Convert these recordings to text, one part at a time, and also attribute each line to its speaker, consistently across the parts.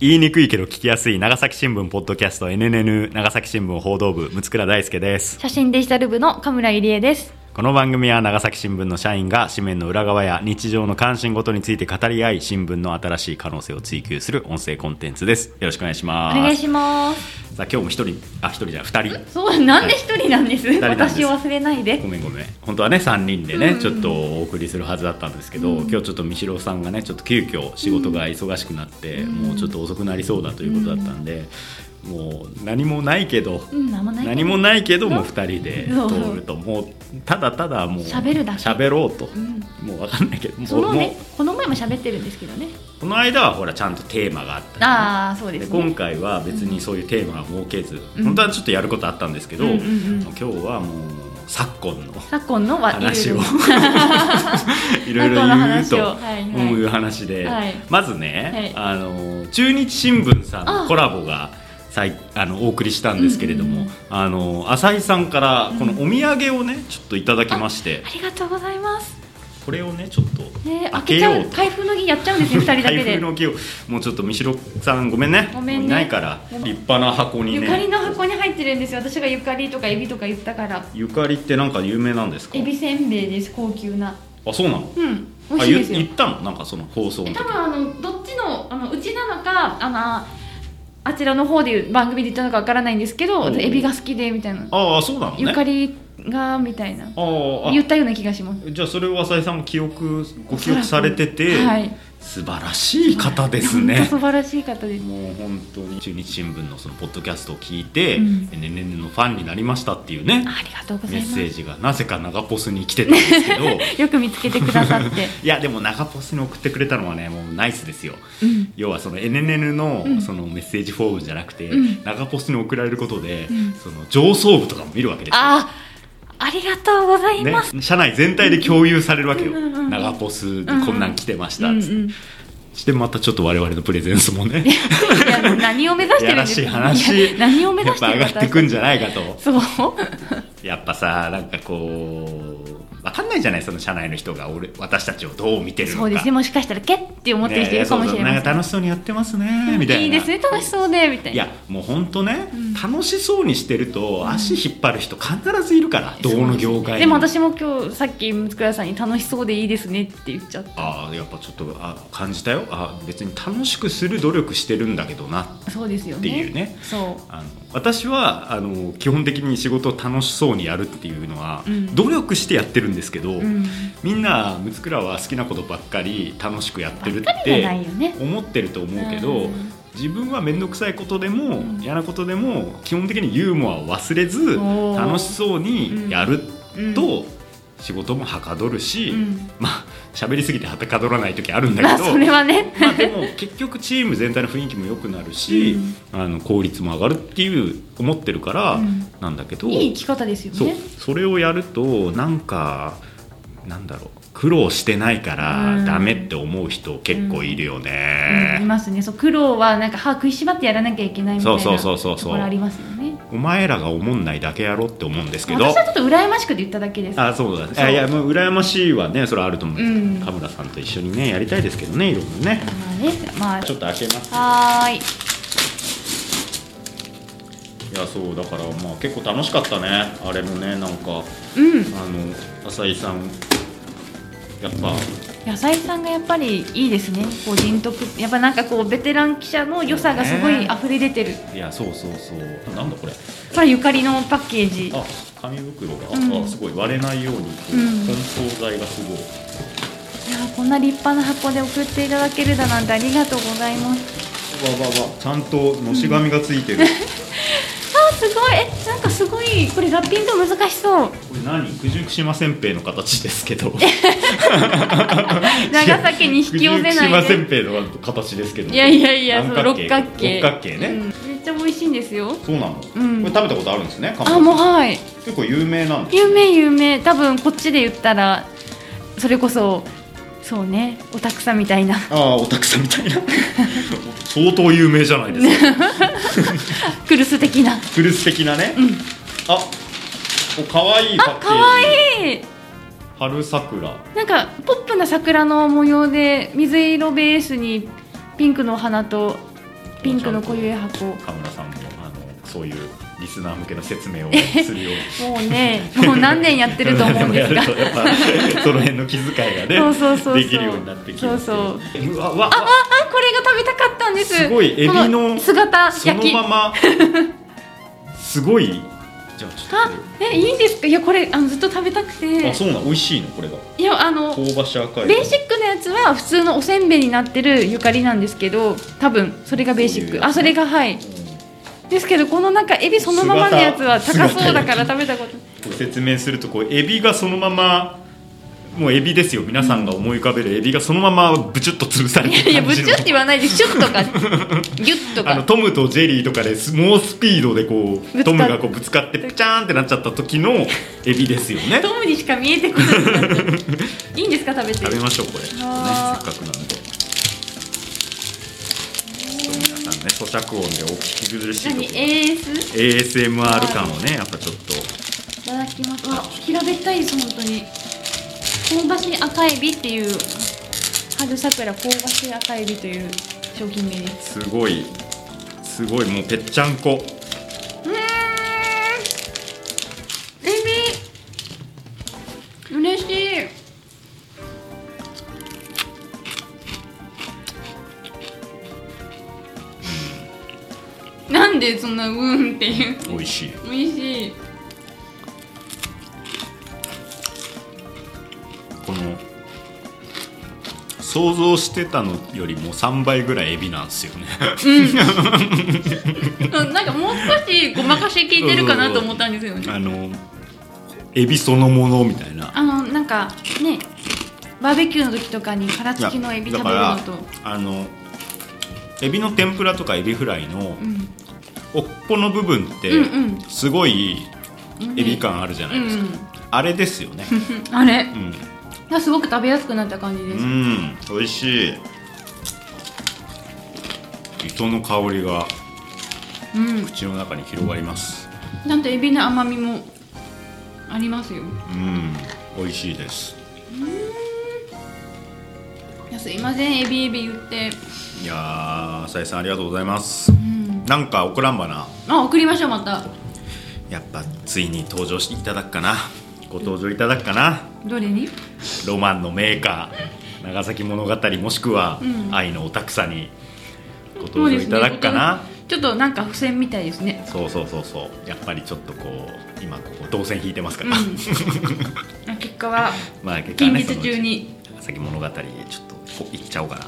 Speaker 1: 言いにくいけど聞きやすい長崎新聞ポッドキャスト NNN 長崎新聞報道部六倉大輔です
Speaker 2: 写真デジタル部の神村入江です
Speaker 1: この番組は長崎新聞の社員が紙面の裏側や日常の関心事について語り合い新聞の新しい可能性を追求する音声コンテンツですよろしくお願いし
Speaker 2: お
Speaker 1: ます
Speaker 2: 願いします
Speaker 1: さあ今日も一人あ一人じゃない二人
Speaker 2: そうなんで一人なんです、
Speaker 1: 人なんです
Speaker 2: 私を忘れないで
Speaker 1: ごめんごめん本当はね3人でね、
Speaker 2: うんうん
Speaker 1: ちょっとお送りするはずだったんですけど、今日ちょっと三代さんがねちょっと急遽仕事が忙しくなって、もうちょっと遅くなりそうだということだったんで、もう何もないけど、
Speaker 2: うん何もない
Speaker 1: 何もないけどもう2人で
Speaker 2: そう
Speaker 1: 通るともうただただもう
Speaker 2: 喋るだけ
Speaker 1: 喋ろうと、
Speaker 2: ん
Speaker 1: もう分かんないけどもう
Speaker 2: その
Speaker 1: も
Speaker 2: ねこの前も喋ってるんですけどね
Speaker 1: うこの間はほらちゃんとテーマがあったりね
Speaker 2: ああそうで
Speaker 1: です今
Speaker 2: ね
Speaker 1: 回は別にそういうテーマは設けず、
Speaker 2: うん
Speaker 1: 本当はちょっとやることあったんですけど、
Speaker 2: うんうんうん
Speaker 1: 今日はもう昨今の
Speaker 2: 昨今のは
Speaker 1: 話をいろ
Speaker 2: ろ
Speaker 1: い
Speaker 2: い
Speaker 1: ろ言うと
Speaker 2: ろ過去の話をはいはい
Speaker 1: いう話で、
Speaker 2: はい
Speaker 1: まずね、あの中日新聞さんの
Speaker 2: あ
Speaker 1: コラボがさいあのお送りしたんですけれども、
Speaker 2: うんうん
Speaker 1: あの浅井さんからこの
Speaker 2: うん
Speaker 1: お土産をねちょっといただきまして、
Speaker 2: ありがとうございます、
Speaker 1: これをねちょっと
Speaker 2: ね、
Speaker 1: 開
Speaker 2: 開
Speaker 1: け
Speaker 2: けち
Speaker 1: よ
Speaker 2: ゃ
Speaker 1: う
Speaker 2: う
Speaker 1: と。
Speaker 2: 開封の儀やっちゃうんですよ2人だけ
Speaker 1: 開
Speaker 2: で
Speaker 1: 封の木をもうちょっと三代さんごめんね
Speaker 2: ごめんね
Speaker 1: もういないから
Speaker 2: ご
Speaker 1: 立
Speaker 2: めん
Speaker 1: 派な箱にね
Speaker 2: ゆかりの箱に入ってるんですよ私がゆかりとかエビとか言ったから
Speaker 1: ゆかりってなんか有名なんですか
Speaker 2: エビせんべいです高級な
Speaker 1: あそうなの
Speaker 2: うん美味しいです
Speaker 1: あ
Speaker 2: よ
Speaker 1: 言言ったのなんかその放送の
Speaker 2: え
Speaker 1: 時
Speaker 2: 多分あのどっちのあのうちなのかあのあちらの方で言う番組で言ったのかわからないんですけど
Speaker 1: おう
Speaker 2: エビが好きでみたいな、
Speaker 1: ああそうなのね
Speaker 2: ゆかりがみたいな
Speaker 1: あーあ
Speaker 2: 言ったような気がします
Speaker 1: じゃあそれを浅井さんも記憶ご記憶されてて、
Speaker 2: はい
Speaker 1: 素晴らしい方です
Speaker 2: 本
Speaker 1: ね
Speaker 2: 当素晴らしい方です
Speaker 1: もう本当に中日新聞のそのポッドキャストを聞いて「
Speaker 2: うん
Speaker 1: NNN のファンになりました」っていうね
Speaker 2: ありがとうござ
Speaker 1: メ
Speaker 2: い
Speaker 1: ッ
Speaker 2: ま
Speaker 1: セー
Speaker 2: す
Speaker 1: ジがなぜか長ポスに来てたんですけ ど
Speaker 2: よく見つけてく ださって、
Speaker 1: いやでも長ポスに送ってくれたのはねもうナイスですよ
Speaker 2: うん、
Speaker 1: 要はその NNN
Speaker 2: う
Speaker 1: の
Speaker 2: ん
Speaker 1: そのメッセージフォームじゃなくて、
Speaker 2: うん
Speaker 1: 長ポスに送られることで、
Speaker 2: うん
Speaker 1: その上層部とかも見るわけですよ
Speaker 2: あありがとうございます、
Speaker 1: ね、社内全体で共有されるわけよ、
Speaker 2: うんうんうん
Speaker 1: 長ポスでこんなん来てまし
Speaker 2: う
Speaker 1: た
Speaker 2: んう
Speaker 1: っ
Speaker 2: ん
Speaker 1: つって、してまたちょっと我々のプレゼンスも ね
Speaker 2: いやあの何を目指してるんですか
Speaker 1: いやらしい話
Speaker 2: や何を目
Speaker 1: や
Speaker 2: 指
Speaker 1: っ
Speaker 2: して
Speaker 1: ぱ上
Speaker 2: るんで
Speaker 1: が
Speaker 2: す
Speaker 1: ってくんじゃないかと
Speaker 2: そう
Speaker 1: やっぱさなんかこう分かんないじゃないその社内の人が俺私たちをどう見てるのか
Speaker 2: そうですねもしかしたらけって思ってる人い
Speaker 1: ね
Speaker 2: るかもしれ
Speaker 1: そうそう
Speaker 2: ま
Speaker 1: なん
Speaker 2: せ
Speaker 1: か
Speaker 2: ん
Speaker 1: 楽しそうにやってますねみたいない
Speaker 2: いですね楽しそうでみたいない
Speaker 1: やもう本当ね、
Speaker 2: うん
Speaker 1: 楽しそうにしてると足引っ張る人必ずいるから、どうの業界に
Speaker 2: でも私も今日さっき六倉さんに楽しそうでいいですねって言っちゃっ
Speaker 1: ああやっぱちょっとあ感じたよあ別に楽しくする努力してるんだけどな
Speaker 2: たそうですよね
Speaker 1: っていうね
Speaker 2: そ
Speaker 1: あの私はあの基本的に仕事を楽しそうにやるっていうのは、
Speaker 2: うん
Speaker 1: 努力してやってるんですけど、
Speaker 2: う、うん、
Speaker 1: みんなムツクラは好きなことばっかり楽しくやってる
Speaker 2: ばっ
Speaker 1: っ
Speaker 2: かりじゃない
Speaker 1: て
Speaker 2: よね
Speaker 1: 思ってると思うけど、
Speaker 2: うん
Speaker 1: 自分は面倒くさいことでも、
Speaker 2: ん
Speaker 1: 嫌なことでも基本的にユーモアを忘れず
Speaker 2: おー
Speaker 1: 楽しそうにやると、仕事もはかどるし、
Speaker 2: うん
Speaker 1: まあ喋りすぎてはかどらない時あるん
Speaker 2: ま
Speaker 1: だ
Speaker 2: あ
Speaker 1: けど。
Speaker 2: それはね
Speaker 1: まあでも結局チーム全体の雰囲気も良くなるし、あの効率も上がるっていう思ってるから
Speaker 2: うん
Speaker 1: なんだけど、
Speaker 2: いい生き方ですよ
Speaker 1: そう
Speaker 2: ね
Speaker 1: それをやるとなんかなんだろう苦労してないから
Speaker 2: うん
Speaker 1: ダメって思う人結構いるよ
Speaker 2: うんい
Speaker 1: ね、
Speaker 2: ますねそう苦労はなんか歯食いしばってやらなきゃいけないみたいな
Speaker 1: そうそうそうそうそう
Speaker 2: ところありますよね
Speaker 1: お前らが思んないだけやろって思うんですけど
Speaker 2: 私はちょっと羨ましくて言っただけです
Speaker 1: あそうだね
Speaker 2: そう
Speaker 1: あいやもう羨ましいはねそれはあると思うんですけど、
Speaker 2: うん
Speaker 1: 田村さんと一緒にねやりたいですけどねいろいろね
Speaker 2: まあねまあ
Speaker 1: ちょっと開けます
Speaker 2: はーい
Speaker 1: いやそうだからまあ結構楽しかったねあれもねなんか
Speaker 2: うん
Speaker 1: あの浅井さんやっぱ
Speaker 2: 野菜さんがやっぱりいいですねこう人徳やっぱなんかこうベテラン記者の良さがすごい溢れ出てる
Speaker 1: いやそうそうそうなんだこれ
Speaker 2: これゆかりのパッケージ
Speaker 1: あ紙袋が、
Speaker 2: うん
Speaker 1: あすごい割れないようにこう、
Speaker 2: うん
Speaker 1: 梱包材がすごい
Speaker 2: いやーこんな立派な箱で送っていただけるだなんてありがとうございます
Speaker 1: わわわちゃんとのし紙がついてる、
Speaker 2: あーすごいえなんかすごいこれラッピング難しそう
Speaker 1: これ何九十九島せんべいの形ですけど
Speaker 2: 長崎に引き寄
Speaker 1: 九十九
Speaker 2: せな
Speaker 1: 島
Speaker 2: い
Speaker 1: せん
Speaker 2: で
Speaker 1: べいの形ですけど
Speaker 2: いやいやいや
Speaker 1: 三
Speaker 2: その
Speaker 1: 角
Speaker 2: 六
Speaker 1: 形
Speaker 2: 角形
Speaker 1: 六角形ね、
Speaker 2: うんめっちゃ美味しいんですよ
Speaker 1: そうなの、
Speaker 2: うん
Speaker 1: これ食べたことあるんですね
Speaker 2: あもうはい
Speaker 1: 結構有名なんです
Speaker 2: 有名有名多分こっちで言ったらそれこそそうねおたくさんみたいな
Speaker 1: ああおたくさんみたいな 相当有名じゃないですか
Speaker 2: クルス的な
Speaker 1: フルス的なね、
Speaker 2: うん
Speaker 1: あおかわいいパッ
Speaker 2: あ
Speaker 1: ケージ
Speaker 2: かわいい
Speaker 1: 春桜
Speaker 2: なんかポップな桜の模様で水色ベースにピンクのお花とピンクの固有箱
Speaker 1: カムラさんもあのそういうリスナー向けの説明をするように
Speaker 2: もう ねもう何年やってると思うんですが
Speaker 1: やるとやっぱ その辺の気遣いが
Speaker 2: そ
Speaker 1: ね
Speaker 2: うそうそうそう
Speaker 1: できるようになってきて
Speaker 2: そうそう
Speaker 1: うわわ
Speaker 2: あああこれが食べたかったんです
Speaker 1: すごいエビの
Speaker 2: こ姿
Speaker 1: そ
Speaker 2: 焼
Speaker 1: の
Speaker 2: き
Speaker 1: まますごいじゃあちょ
Speaker 2: あ
Speaker 1: っとこ
Speaker 2: えいいんですかいやこれあのずっと食べたく
Speaker 1: れ
Speaker 2: て
Speaker 1: あそうなの美味しいのこれが
Speaker 2: いやあの
Speaker 1: 香ばし赤い
Speaker 2: ベーシックなやつは普通のおせんべいになってるゆかりなんですけど多分それがベーシックあそれがはいですけどこのなんかエビそのままのやつは高そうだから食べたこと
Speaker 1: ご説明するとこうエビがそのままもうエビですよ皆さんが思い浮かべるエビがそのままブチュッと潰されて
Speaker 2: いや
Speaker 1: る
Speaker 2: ぶ
Speaker 1: 感じ
Speaker 2: ちゅ
Speaker 1: の
Speaker 2: って言わないでシュッとかギュッと
Speaker 1: あの
Speaker 2: か
Speaker 1: トムとジェリーとかです猛スピードでこ
Speaker 2: つかっ
Speaker 1: うトムがこうぶつかってプチャーンってなっちゃった時のエビですよね
Speaker 2: トムにしか見えてこないいいんですか食べて
Speaker 1: 食べましょうこれ、ね、せっ
Speaker 2: あ
Speaker 1: か
Speaker 2: ー
Speaker 1: くなんでちょっと皆さんね咀嚼音でお聞き苦しいと
Speaker 2: 何
Speaker 1: こ
Speaker 2: AS?
Speaker 1: ASMR 感をねやっぱちょっと
Speaker 2: いただきますわ平べったいです本当に香ばしい赤エビっていう春桜香ばしい赤エビという商品名です
Speaker 1: すごいすごいもうぺっちゃんこ
Speaker 2: うーんエビ嬉しいなんでそんなうーんっていう
Speaker 1: 美味しい
Speaker 2: 美味しい
Speaker 1: この想像してたのよりも3倍ぐらいエビなんですよね
Speaker 2: うんなんかもう少しごまかし効いてるかなと思ったんですよね
Speaker 1: あのエビそのものみたいな
Speaker 2: あのなんかねバーベキューの時とかに殻付きのエビ食べるのと
Speaker 1: だからあのエビの天ぷらとかエビフライの
Speaker 2: うん
Speaker 1: 尾っぽの部分って
Speaker 2: うんうん
Speaker 1: すごいエビ感あるじゃな
Speaker 2: う
Speaker 1: い
Speaker 2: ん
Speaker 1: ですか、あれですよ ね
Speaker 2: うんあれ
Speaker 1: うん
Speaker 2: がすごく食べやすくなった感じで
Speaker 1: う
Speaker 2: す、
Speaker 1: ん美味しい糸の香りが
Speaker 2: うん、
Speaker 1: 口の中に広がります
Speaker 2: ちゃんとエビの甘みもありますよ
Speaker 1: うん美味しいです
Speaker 2: いやすいませんエビエビ言って、
Speaker 1: いやー浅井さんありがとうございます
Speaker 2: うん、
Speaker 1: なんか送らんばな
Speaker 2: あ送りましょうまた
Speaker 1: やっぱついに登場していただくかなご登場いただくかな
Speaker 2: どれに
Speaker 1: ロマンのメーカー長崎物語もしくは
Speaker 2: うん
Speaker 1: 愛のおたくさにご
Speaker 2: そう
Speaker 1: 登場
Speaker 2: で
Speaker 1: い
Speaker 2: す
Speaker 1: た
Speaker 2: ね
Speaker 1: だくかな、
Speaker 2: ちょっとなんか付箋みたいですね
Speaker 1: そうそうそうそうやっぱりちょっとこう今ここ動線引いてますから、
Speaker 2: うん結果は
Speaker 1: まあ結果は
Speaker 2: 近
Speaker 1: ね
Speaker 2: 日中に、
Speaker 1: そのうち長崎物語ちょっとこう行っちゃおうかな
Speaker 2: う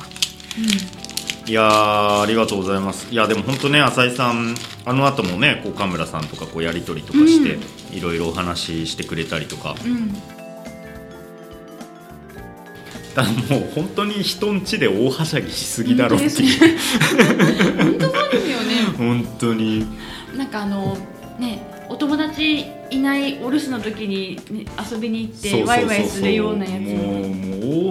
Speaker 1: いやーありがとうございますいやでも本当ね浅井さんあの後もねこう神村さんとかこうやり取りとかして、いろいろお話ししてくれたりとか
Speaker 2: んうん
Speaker 1: ただもう本当に人んちで大はしゃぎしすぎだろっていう
Speaker 2: 本当そうですよね
Speaker 1: 本当に
Speaker 2: なんかあのねお友達いないお留守の時に、ね、遊びに行ってワイワイするようなやつ
Speaker 1: もうもう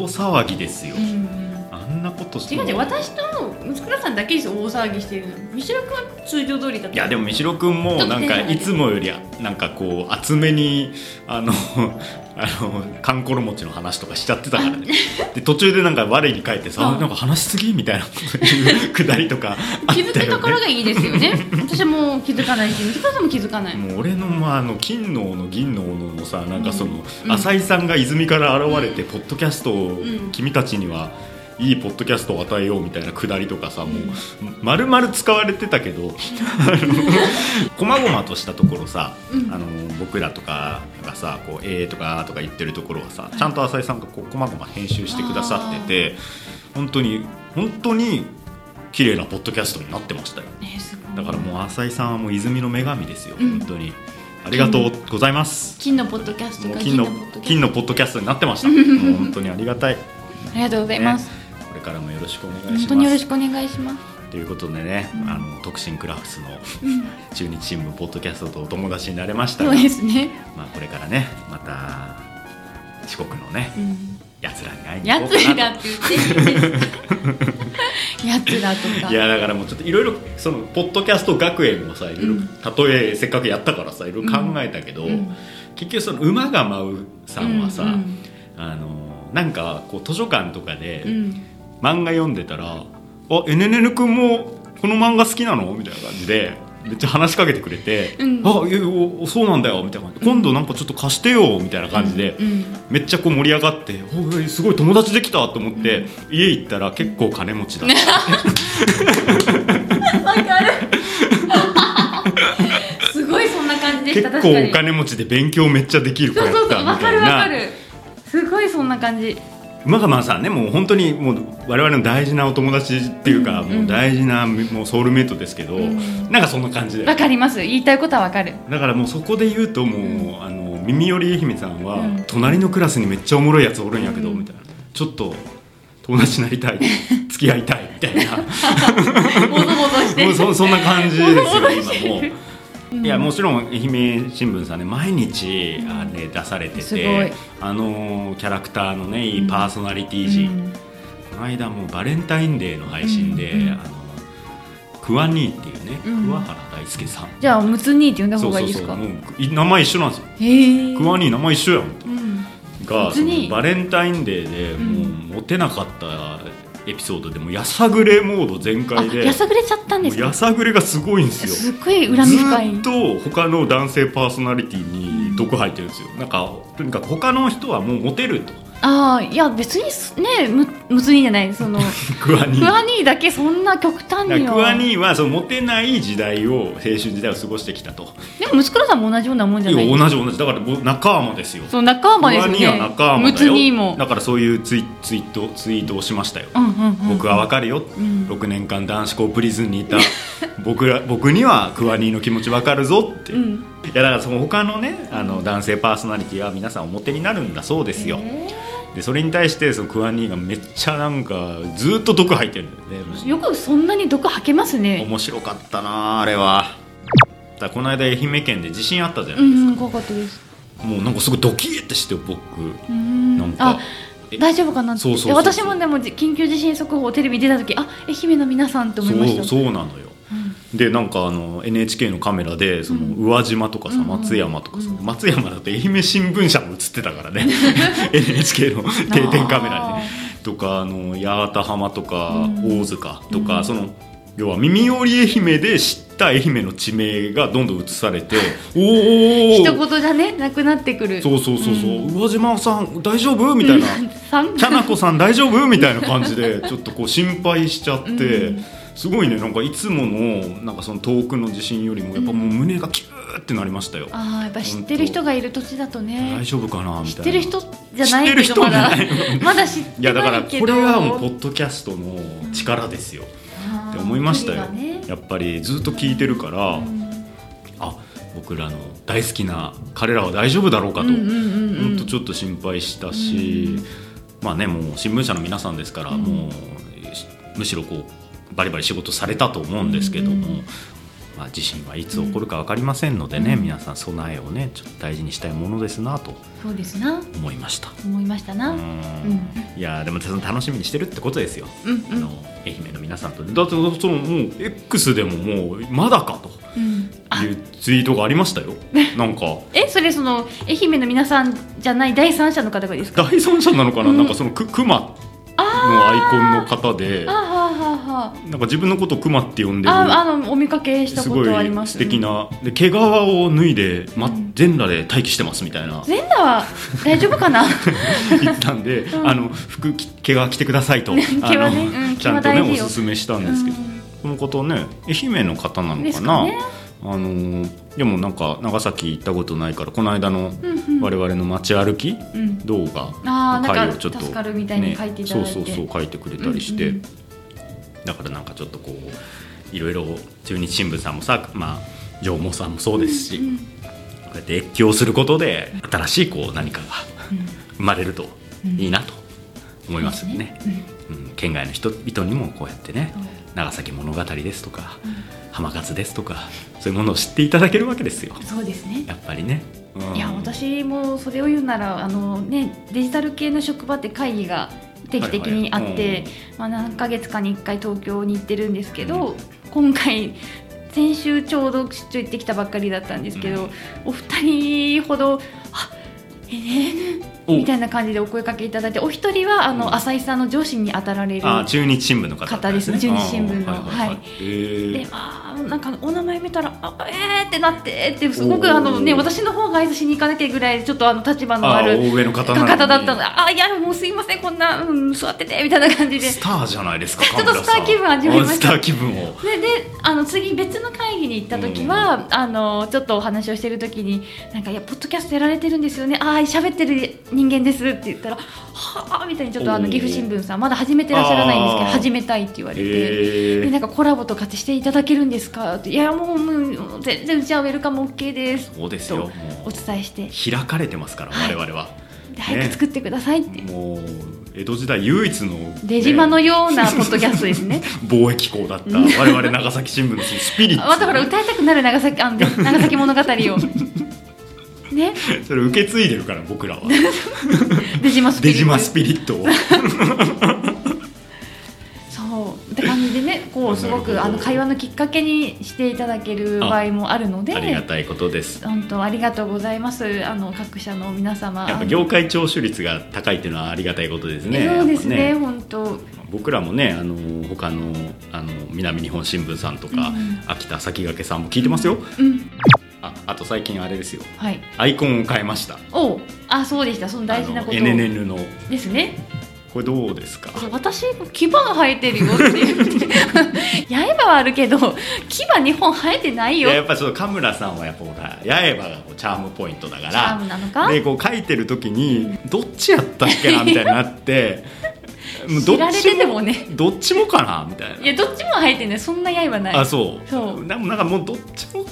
Speaker 1: 大騒ぎですよ、
Speaker 2: うんうん
Speaker 1: あんなことして
Speaker 2: 違う
Speaker 1: も
Speaker 2: 違う私と息子さんだけですよ大騒ぎしてるの三代君は通常通りだっ
Speaker 1: い
Speaker 2: た
Speaker 1: やでも三代君もなんかいつもよりなんかこう厚めにあの あのかんころ餅の話とかしちゃってたからねで途中でなんか我に返ってさ
Speaker 2: あ
Speaker 1: あなんか話しすぎみたいなこと言うくだりとかあっ
Speaker 2: 気づ
Speaker 1: た
Speaker 2: く
Speaker 1: よ
Speaker 2: ところ
Speaker 1: ね
Speaker 2: がいいですよね私はもう気づかないし三代さんも気づかない、
Speaker 1: もう俺の,、まあ、あの金の斧銀の斧のさなんかその、
Speaker 2: うん
Speaker 1: 浅井さんが泉から現れて、ポッドキャストを、
Speaker 2: ん
Speaker 1: 君たちにはいいポッドキャストを与えようみたいなくだりとかさ、も
Speaker 2: うん
Speaker 1: う丸々使われてたけど、 こまごまとしたところさ、
Speaker 2: うん
Speaker 1: あの僕らとかがさ「こうえー」とか「あー」とか言ってるところはさ、ちゃんと浅井さんがこうこまごま編集してくださってて本当に本当に綺麗なポッドキャストになってましたよ。
Speaker 2: ねすごい
Speaker 1: だからもう浅井さんはもう泉の女神ですよ、
Speaker 2: う
Speaker 1: 本
Speaker 2: ん
Speaker 1: 当にありがとうございます
Speaker 2: 金のポッドキャスト
Speaker 1: もう
Speaker 2: か
Speaker 1: 金の
Speaker 2: 銀ポッドキャ
Speaker 1: 金
Speaker 2: ス
Speaker 1: のポッドキャストになってま したもう本当にありがたい、
Speaker 2: トありがとうござい
Speaker 1: ね
Speaker 2: ます、、
Speaker 1: これからもよろしくお願いします
Speaker 2: 本当によろしくお願いします
Speaker 1: ということでね、
Speaker 2: うん
Speaker 1: あの特進クラフスの
Speaker 2: うん
Speaker 1: 中日新聞ポッドキャストとお友達になれました
Speaker 2: そ
Speaker 1: が
Speaker 2: うですね、
Speaker 1: まあこれからねまた四国のね
Speaker 2: うん、
Speaker 1: やつらに会いに行
Speaker 2: や
Speaker 1: こう
Speaker 2: つ
Speaker 1: かなと
Speaker 2: らって言っていいですかやつらと か
Speaker 1: いやだからもうちょっといろいろそのポッドキャスト学園もさいろいろ例えせっかくやったからさいろいろ考えたけど、
Speaker 2: うんうん
Speaker 1: 結局その馬が舞うさんはさ、
Speaker 2: うんうん
Speaker 1: あのなんかこう図書館とかで
Speaker 2: うん
Speaker 1: 漫画読んでたら「あエネネヌ君もこの漫画好きなのみたいな感じでめっちゃ話しかけてくれて「
Speaker 2: うん
Speaker 1: あいやおそうなんだよ」みたいな感じで「今度なんかちょっと貸してよ」みたいな感じで、
Speaker 2: うん
Speaker 1: めっちゃこう盛り上がって「おいすごい友達できた」と思って、家行ったら結構金持ちだ った
Speaker 2: すごいそんな感じでし
Speaker 1: 結
Speaker 2: た確か
Speaker 1: 構お
Speaker 2: に
Speaker 1: 金持ちで勉強めっちゃできる子
Speaker 2: そ
Speaker 1: や
Speaker 2: うそう
Speaker 1: っ
Speaker 2: そう
Speaker 1: た
Speaker 2: わ
Speaker 1: みた
Speaker 2: かる
Speaker 1: い
Speaker 2: わか
Speaker 1: な
Speaker 2: るすごいそんな感じ
Speaker 1: まあまあさんねもう本当にもう我々の大事なお友達っていうか、
Speaker 2: うん
Speaker 1: もう大事なもうソウルメイトですけど、
Speaker 2: ん
Speaker 1: なんかそんな感じで
Speaker 2: わかります言いたいことはわかる
Speaker 1: だ からもうそこで言うともう、あの耳より愛媛さんは、
Speaker 2: うん
Speaker 1: 隣のクラスにめっちゃおもろいやつおるんやけど、
Speaker 2: うん
Speaker 1: みたいなちょっと友達になりたい付き合いたいみたいな
Speaker 2: ボソボソして
Speaker 1: もうそそんな感じです よ
Speaker 2: おもろいし
Speaker 1: 今もう。いやもちろん愛媛新聞さんね毎日あれ出されて
Speaker 2: すごい
Speaker 1: てあのキャラクターのねいいパーソナリティ陣、この間もうバレンタインデーの配信で、
Speaker 2: うん
Speaker 1: あのクワニーっていうね、
Speaker 2: うん
Speaker 1: 桑原大輔さん
Speaker 2: じゃあムツニーって呼んだ
Speaker 1: そ
Speaker 2: 方
Speaker 1: う
Speaker 2: が
Speaker 1: そ
Speaker 2: いいうで
Speaker 1: そ
Speaker 2: す
Speaker 1: う
Speaker 2: か
Speaker 1: もうい名前一緒なんですよ
Speaker 2: へえ
Speaker 1: クワニー名前一緒やん
Speaker 2: うん
Speaker 1: が
Speaker 2: 別に
Speaker 1: そのバレンタインデーでもうモテなかったエピソードでもうやさぐれモード全
Speaker 2: あ
Speaker 1: 開で
Speaker 2: やさぐれちゃったん
Speaker 1: も
Speaker 2: です
Speaker 1: う
Speaker 2: か
Speaker 1: やさぐれがすごいんですよ
Speaker 2: すっごい恨み深い
Speaker 1: ずっと他の男性パーソナリティに毒入ってるんですよなんかとにかく他の人はもうモテると
Speaker 2: ああいや別にすねむむつにじゃない その
Speaker 1: クワニー
Speaker 2: クワニーだけそんな極端
Speaker 1: だか
Speaker 2: に
Speaker 1: ら
Speaker 2: は
Speaker 1: クワニーはそのモテない時代を青春時代を過ごしてきたと
Speaker 2: でもムツクロさんも同じようなもんじゃない
Speaker 1: い
Speaker 2: です
Speaker 1: や
Speaker 2: か
Speaker 1: 同じ同じだからもう仲間ですよ
Speaker 2: そう仲間ですよ
Speaker 1: クワニー
Speaker 2: ね
Speaker 1: は仲間
Speaker 2: む
Speaker 1: だ
Speaker 2: つ
Speaker 1: よ
Speaker 2: にも
Speaker 1: だからそういうツイツイートツイートをしましたよ、
Speaker 2: うんうんうん
Speaker 1: 僕はわかるよ、
Speaker 2: ん
Speaker 1: 6年間男子校プリズンにいた 僕ら僕にはクワニーの気持ちわかるぞって、
Speaker 2: うん
Speaker 1: いやだからその他のねあの男性パーソナリティは皆さん表になるんだそうですよ、
Speaker 2: え
Speaker 1: でそれに対してそのクワニーがめっちゃなんかずっと毒入ってるんだよ
Speaker 2: ー
Speaker 1: ね
Speaker 2: よくそんなに毒吐けますね
Speaker 1: 面白かったなあれはだからこの間愛媛県で地震あったじゃな
Speaker 2: う
Speaker 1: いで
Speaker 2: んうん怖かったです
Speaker 1: すか、もうなんかすごいドキッてして僕
Speaker 2: うん
Speaker 1: なんか
Speaker 2: あ大丈夫かなって
Speaker 1: そうそうそう
Speaker 2: いや私もでもじ緊急地震速報テレビ出た時あ愛媛の皆さんって思いました
Speaker 1: そうそうなのよでなんかあの NHK のカメラでその
Speaker 2: うん
Speaker 1: 宇和島とかさ
Speaker 2: うんうん
Speaker 1: 松山とかさ、松山だと愛媛新聞社も映ってたからね NHK の定点カメラにねとかあの八幡浜とか
Speaker 2: うん
Speaker 1: 大塚とか、
Speaker 2: うん
Speaker 1: その要は耳寄り愛媛で知った愛媛の地名がどんどん映され て「おーおーおー
Speaker 2: 一言じゃねなくなってくる
Speaker 1: そうそうそうそう、
Speaker 2: ん
Speaker 1: 宇和島さん大丈夫?」みたいな
Speaker 2: うんさん
Speaker 1: 「茶なこさん大丈夫?」みたいな感じ でちょっとこう心配しちゃって、
Speaker 2: うん
Speaker 1: すごいねなんかいつものなんかその遠くの地震よりもやっぱもう胸がキューってなりましたよ、
Speaker 2: ああやっぱ知ってる人がいる土地だとね
Speaker 1: 大丈夫かなみ
Speaker 2: 知
Speaker 1: たいな
Speaker 2: ってる人じゃないけ
Speaker 1: 知ってる人
Speaker 2: どまだ
Speaker 1: じゃない
Speaker 2: まだ知ってないけど
Speaker 1: いやだからこれはもうポッドキャストの力ですよ
Speaker 2: っ
Speaker 1: って思いましたよ、
Speaker 2: ね、
Speaker 1: やっぱりずっと聞いてるから、あ僕らの大好きな彼らは大丈夫だろうかと、
Speaker 2: うんうんうんうん
Speaker 1: ほんとちょっと心配したし、まあねもう新聞社の皆さんですから、
Speaker 2: うん
Speaker 1: もうしむしろこうバリバリ仕事されたと思うんですけども、
Speaker 2: うんうん
Speaker 1: まあ、地震はいつ起こるか分かりませんのでね、
Speaker 2: うん
Speaker 1: 皆さん備えをねちょっと大事にしたいものですなと
Speaker 2: そうですな
Speaker 1: 思いました。
Speaker 2: 思いました
Speaker 1: う
Speaker 2: な、うん
Speaker 1: んいやでもその楽しみにしてるってことですよ、
Speaker 2: うん
Speaker 1: あの愛媛の皆さんとだってそのもう X でももうまだかと
Speaker 2: うんあ
Speaker 1: いうツイートがありましたよ なんか
Speaker 2: えそれその愛媛の皆さんじゃない第三者の方がですか
Speaker 1: 第三者なのかな、
Speaker 2: うん
Speaker 1: なんかそのくクマの
Speaker 2: あ
Speaker 1: アイコンの方で
Speaker 2: ーあー
Speaker 1: な
Speaker 2: はーはーはー
Speaker 1: んか自分のことをクマって呼んでる
Speaker 2: ああのお見かけした
Speaker 1: す
Speaker 2: こ
Speaker 1: ごい
Speaker 2: とあります
Speaker 1: 素敵なで毛皮を脱いで、ま
Speaker 2: うん、
Speaker 1: 全裸で待機してますみたい な
Speaker 2: 全裸は大丈 夫かな
Speaker 1: 言ったんで、
Speaker 2: うん
Speaker 1: あの服着毛皮着てくださいと、
Speaker 2: ね
Speaker 1: あ
Speaker 2: 毛は
Speaker 1: の
Speaker 2: ねうん
Speaker 1: ちゃんと
Speaker 2: 毛は
Speaker 1: ね
Speaker 2: 大
Speaker 1: お
Speaker 2: 事よ
Speaker 1: すすめしたんですけど、この方ね愛媛の方な
Speaker 2: う
Speaker 1: の
Speaker 2: ん
Speaker 1: か
Speaker 2: で
Speaker 1: な
Speaker 2: すかね
Speaker 1: あのーでもなんか長崎行ったことないからこの間の
Speaker 2: うんうん
Speaker 1: 我々の街歩き
Speaker 2: うん
Speaker 1: 動画
Speaker 2: あー
Speaker 1: の回
Speaker 2: な
Speaker 1: を
Speaker 2: んか
Speaker 1: ちょっと、
Speaker 2: 助かるみたいに書いていただいて
Speaker 1: ね、そうそうそう書いてくれたりして、
Speaker 2: うんうん
Speaker 1: だからなんかちょっとこういろいろ中日新聞さんもさまあ上毛さんもそうですし、
Speaker 2: うん
Speaker 1: こうやって越境することで新しいこう何かが
Speaker 2: うん
Speaker 1: 生まれるといいなと思いますよね。
Speaker 2: うん
Speaker 1: うん、県外の人々にもこうやってね
Speaker 2: うん
Speaker 1: 長崎物語ですとか浜勝ですとかそういうものを知っていただけるわけですよ
Speaker 2: そうですね
Speaker 1: やっぱりね。うん
Speaker 2: いや私もそれを言うならあの、ね、デジタル系の職場って会議が定期的にあって、
Speaker 1: はいはいうん
Speaker 2: まあ、何ヶ月かに1回東京に行ってるんですけど、今回先週ちょうど出張行ってきたばっかりだったんですけど、
Speaker 1: うん
Speaker 2: お二人ほどあ
Speaker 1: お
Speaker 2: みたいな感じでお声かけいただいてお一人はあ
Speaker 1: うん
Speaker 2: の浅井さんの上司に当たられる
Speaker 1: あー中日新聞の方
Speaker 2: 方ですね中日新聞の
Speaker 1: あーはいはいはい
Speaker 2: はい
Speaker 1: え
Speaker 2: で
Speaker 1: ー
Speaker 2: まあなんかお名前見たら「あえー!」ってなってってすごく
Speaker 1: おー
Speaker 2: あの、ね、私の方が挨拶しに行かなきゃいけないぐらいちょっとあの立場の
Speaker 1: あ
Speaker 2: あ
Speaker 1: ー
Speaker 2: る
Speaker 1: 大上の方なのに
Speaker 2: 方だったので「あいやもうすいませんこんな、うん、座ってて」みたいな 感じで。
Speaker 1: スターじゃないですか
Speaker 2: ちょっと
Speaker 1: 神田さん
Speaker 2: スター気分味わいました
Speaker 1: あースター気分を
Speaker 2: でであの次別の会議に行った時は、あのちょっとお話をしてる時に「なんかいやポッドキャストやられてるんですよねああ喋ってる人間です」って言ったら「はあ」みたいにちょっとあ
Speaker 1: お
Speaker 2: の
Speaker 1: ー
Speaker 2: 岐阜新聞さんまだ始めてらっしゃらないんですけど
Speaker 1: あー
Speaker 2: 始めたいって言われて。
Speaker 1: え
Speaker 2: で
Speaker 1: ー
Speaker 2: なんかコラボとかしていただけるんですかっていやもうもう全然うちはウェルカム OK です
Speaker 1: そうですよも
Speaker 2: お伝えして
Speaker 1: う開かれてますから
Speaker 2: は
Speaker 1: 我
Speaker 2: い
Speaker 1: 々は、
Speaker 2: で早く作ってくださいって、
Speaker 1: もう江戸時代唯一の、
Speaker 2: 出島の
Speaker 1: ね
Speaker 2: ようなポッドキャストですね
Speaker 1: 貿易港だった我々長崎新聞のそのスピリッツ、
Speaker 2: またほら歌いたくなる長崎あの長崎物語を ね
Speaker 1: それ受け継いでるから僕らは
Speaker 2: 出島スピ
Speaker 1: 出
Speaker 2: リッツ
Speaker 1: 島スピリットを
Speaker 2: そうって感じでねこうすご
Speaker 1: なる
Speaker 2: く
Speaker 1: ほ
Speaker 2: あ
Speaker 1: ど
Speaker 2: の会話のきっかけにしていただける場合もあるので
Speaker 1: ありがたいことです
Speaker 2: 本当ありがとうございますあの各社の皆様
Speaker 1: やっぱ業界聴取率が高いっていうのはありがたいことですね。
Speaker 2: そうですね
Speaker 1: やっぱ
Speaker 2: 本当
Speaker 1: 僕らもね、あの他のあの南日本新聞さんとか、
Speaker 2: うんうん
Speaker 1: 秋田先駆けさんも聞いてますよ。
Speaker 2: うん
Speaker 1: あ、あと最近あれですよ。
Speaker 2: はい
Speaker 1: アイコンを変えました。
Speaker 2: おうあそうでしたその大事なこと
Speaker 1: あの NNN の
Speaker 2: ですね
Speaker 1: これどうですか。
Speaker 2: 私牙が生えてるよって言って 刃はあるけど牙2本生えてない
Speaker 1: い
Speaker 2: よ
Speaker 1: やや
Speaker 2: チ
Speaker 1: っぱちょっと神村さんはやっぱほら八重歯がこうチャームポイントだか
Speaker 2: ャー
Speaker 1: ら
Speaker 2: ムなのか
Speaker 1: でこう書いてる時にどっちやったっけなみたいになって もうど
Speaker 2: 知ら
Speaker 1: っ
Speaker 2: れ
Speaker 1: ち
Speaker 2: てて
Speaker 1: も
Speaker 2: もね
Speaker 1: どっちもかなみたいない
Speaker 2: やどっちも生えてないそんな刃ない
Speaker 1: あそう
Speaker 2: そう
Speaker 1: でもなんかもうどっちも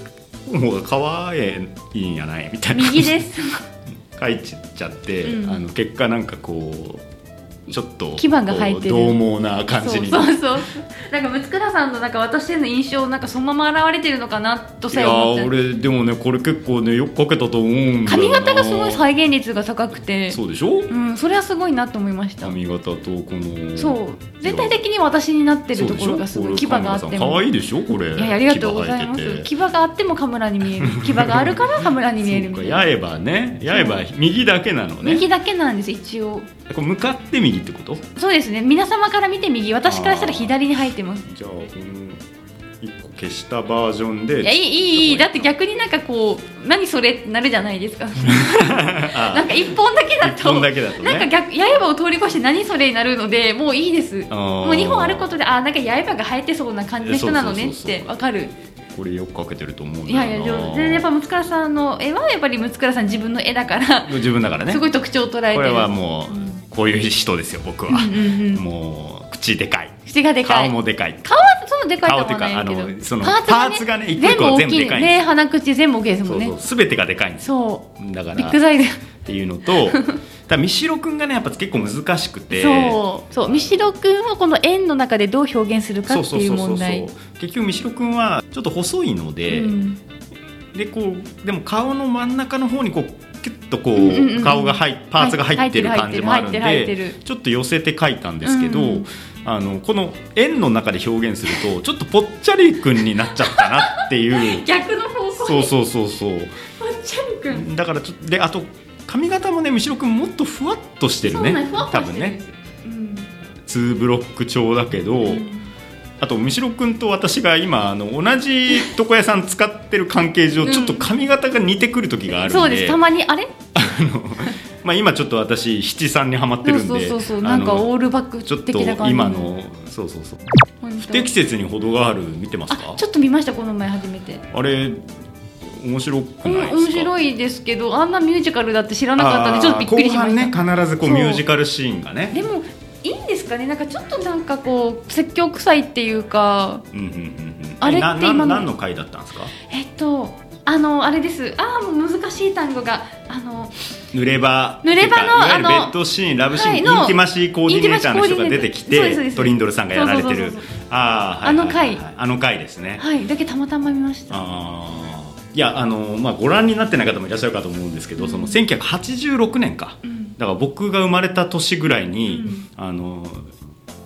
Speaker 1: 方が可愛いんやないみたいな
Speaker 2: 右です
Speaker 1: 書いちゃっちゃって、
Speaker 2: うん
Speaker 1: あの結果なんかこうちょっと
Speaker 2: 牙が生えてる
Speaker 1: こう獰猛な感じに
Speaker 2: そうそうそうなんかムツクラさんのなんか私への印象なんかそのまま現れてるのかなと
Speaker 1: い
Speaker 2: さえ
Speaker 1: や
Speaker 2: 思っちゃ
Speaker 1: ー
Speaker 2: う
Speaker 1: 俺でもねこれ結構ねよく書けたと思うんだよ
Speaker 2: 髪
Speaker 1: な
Speaker 2: 型がすごい再現率が高くて
Speaker 1: そうでしょ
Speaker 2: うんそれはすごいなと思いました
Speaker 1: 髪型とこの
Speaker 2: そう全体的に私になってるところがすごい牙があっても
Speaker 1: 可愛いでしょこれ
Speaker 2: いやありがとうございます牙があってもカムラに見え る牙があるからカムラに見えるみたい
Speaker 1: や
Speaker 2: な
Speaker 1: えばねやえば右だけなのね
Speaker 2: 右だけなんです一応
Speaker 1: こう向かって右ってこと
Speaker 2: そうですね皆様から見て右私からしたら左に入ってます
Speaker 1: じゃあこの1個消したバージョンで
Speaker 2: いやいいいいいいだって逆になんかこう何それってなるじゃないですか
Speaker 1: あ
Speaker 2: なんか一本だけだ
Speaker 1: 一
Speaker 2: と
Speaker 1: 本だけだとね
Speaker 2: なんか逆刃を通り越して何それになるのでもういいです
Speaker 1: あー
Speaker 2: もう2本あることであーなんか刃が生えてそうな感じの人なのねっ
Speaker 1: そうそうそう
Speaker 2: て
Speaker 1: そう
Speaker 2: わかる
Speaker 1: これよくかけてると思うんだ
Speaker 2: い
Speaker 1: よな
Speaker 2: やいや上手でやっぱムツカラさんの絵はやっぱりムツカラさん自分の絵だから
Speaker 1: 自分だからね
Speaker 2: すごい特徴を捉えてる
Speaker 1: これはも
Speaker 2: うん
Speaker 1: うこういう人ですよ僕は、
Speaker 2: うんうんうん
Speaker 1: もう口でかい
Speaker 2: 口がでかい
Speaker 1: 顔もでかい
Speaker 2: 顔はそんなでかいと
Speaker 1: 顔っ
Speaker 2: は
Speaker 1: ていうか
Speaker 2: な
Speaker 1: あ
Speaker 2: いけど
Speaker 1: のその
Speaker 2: パ
Speaker 1: パー
Speaker 2: ー
Speaker 1: ツ
Speaker 2: ツ
Speaker 1: が
Speaker 2: が
Speaker 1: ね
Speaker 2: ね
Speaker 1: 一個一
Speaker 2: 全部
Speaker 1: 個は
Speaker 2: 大
Speaker 1: 全部
Speaker 2: き
Speaker 1: で
Speaker 2: い
Speaker 1: かいん
Speaker 2: 目鼻口全部大きいです
Speaker 1: そ
Speaker 2: もん
Speaker 1: う
Speaker 2: ね
Speaker 1: そう全てがでかいんですよ
Speaker 2: そう
Speaker 1: だから
Speaker 2: ビッグ材で
Speaker 1: っていうの とただ三代くんがねやっぱ結構難しくて
Speaker 2: そうそう三代君はこの円の中でどう表現するかっていう問題
Speaker 1: 結局三代くんはちょっと細いので、
Speaker 2: うん
Speaker 1: でこうでも顔の真ん中の方にこうキュッとこう,、
Speaker 2: うんうんうん
Speaker 1: 顔が入っパーツが入ってる
Speaker 2: はい
Speaker 1: 感じもあるん
Speaker 2: 入ってる入ってる入
Speaker 1: で
Speaker 2: って
Speaker 1: ちょっと寄せて描いたんですけど、
Speaker 2: うん
Speaker 1: あのこの円の中で表現するとちょっとぽっちゃりくんになっちゃったな っていう
Speaker 2: 逆の方向
Speaker 1: そう
Speaker 2: に
Speaker 1: そうそうそう
Speaker 2: ぽっちゃり君
Speaker 1: だからちょっとであと髪型もね三代くんもっとふわっとしてる
Speaker 2: そうなん
Speaker 1: ね
Speaker 2: ふわふ
Speaker 1: 多
Speaker 2: わ
Speaker 1: 分
Speaker 2: してる
Speaker 1: ね2ブロック調だけど、あと三代くんと私が今あの同じ床屋さん使ってる関係上、
Speaker 2: うん
Speaker 1: ちょっと髪型が似てくる時がある
Speaker 2: う
Speaker 1: ん
Speaker 2: ん
Speaker 1: で
Speaker 2: そうですたまにあれ
Speaker 1: まあ、今ちょっと私七三にはまって
Speaker 2: そう
Speaker 1: るんで
Speaker 2: そうそうそうなんか
Speaker 1: あの
Speaker 2: オールバック
Speaker 1: ちょっ
Speaker 2: 的な感
Speaker 1: と
Speaker 2: じ
Speaker 1: 今のそうそうそう
Speaker 2: 本当
Speaker 1: 不適切に程がある見てますか
Speaker 2: あちょっと見ましたこの前初めて
Speaker 1: あれ面白く
Speaker 2: うん
Speaker 1: ないですか、
Speaker 2: 面白いですけどあんなミュージカルだって知らなかったんでちょっとびっくりしまし
Speaker 1: あ
Speaker 2: た、
Speaker 1: ー後半ね必ずこう
Speaker 2: そう
Speaker 1: ミュージカルシーンがね
Speaker 2: でもいいんですかねなんかちょっとなんかこう説教臭いっていうか
Speaker 1: うんうんうんうん
Speaker 2: あれって
Speaker 1: なな
Speaker 2: 今の
Speaker 1: 何の回だったんですか
Speaker 2: えっとあのあれですああもう難しい単語があの
Speaker 1: 濡れ場
Speaker 2: 濡れ場の
Speaker 1: いわゆる
Speaker 2: あの
Speaker 1: ベッドシーンラブシーン、
Speaker 2: はい
Speaker 1: イ
Speaker 2: の
Speaker 1: ンティマシーコーディネーターの人が出てき
Speaker 2: インティマシー
Speaker 1: て
Speaker 2: コーディネーターそうですそうです
Speaker 1: トリンドルさんがやられてる
Speaker 2: そうそうそう
Speaker 1: あーはい
Speaker 2: あの回
Speaker 1: はいはいはいあの回ですね
Speaker 2: はいだけたまたま見ました
Speaker 1: あーいやあの、まあ、ご覧になってない方もいらっしゃるかと思うんですけど、その1986年か
Speaker 2: うん
Speaker 1: だから僕が生まれた年ぐらいに、
Speaker 2: うん
Speaker 1: あの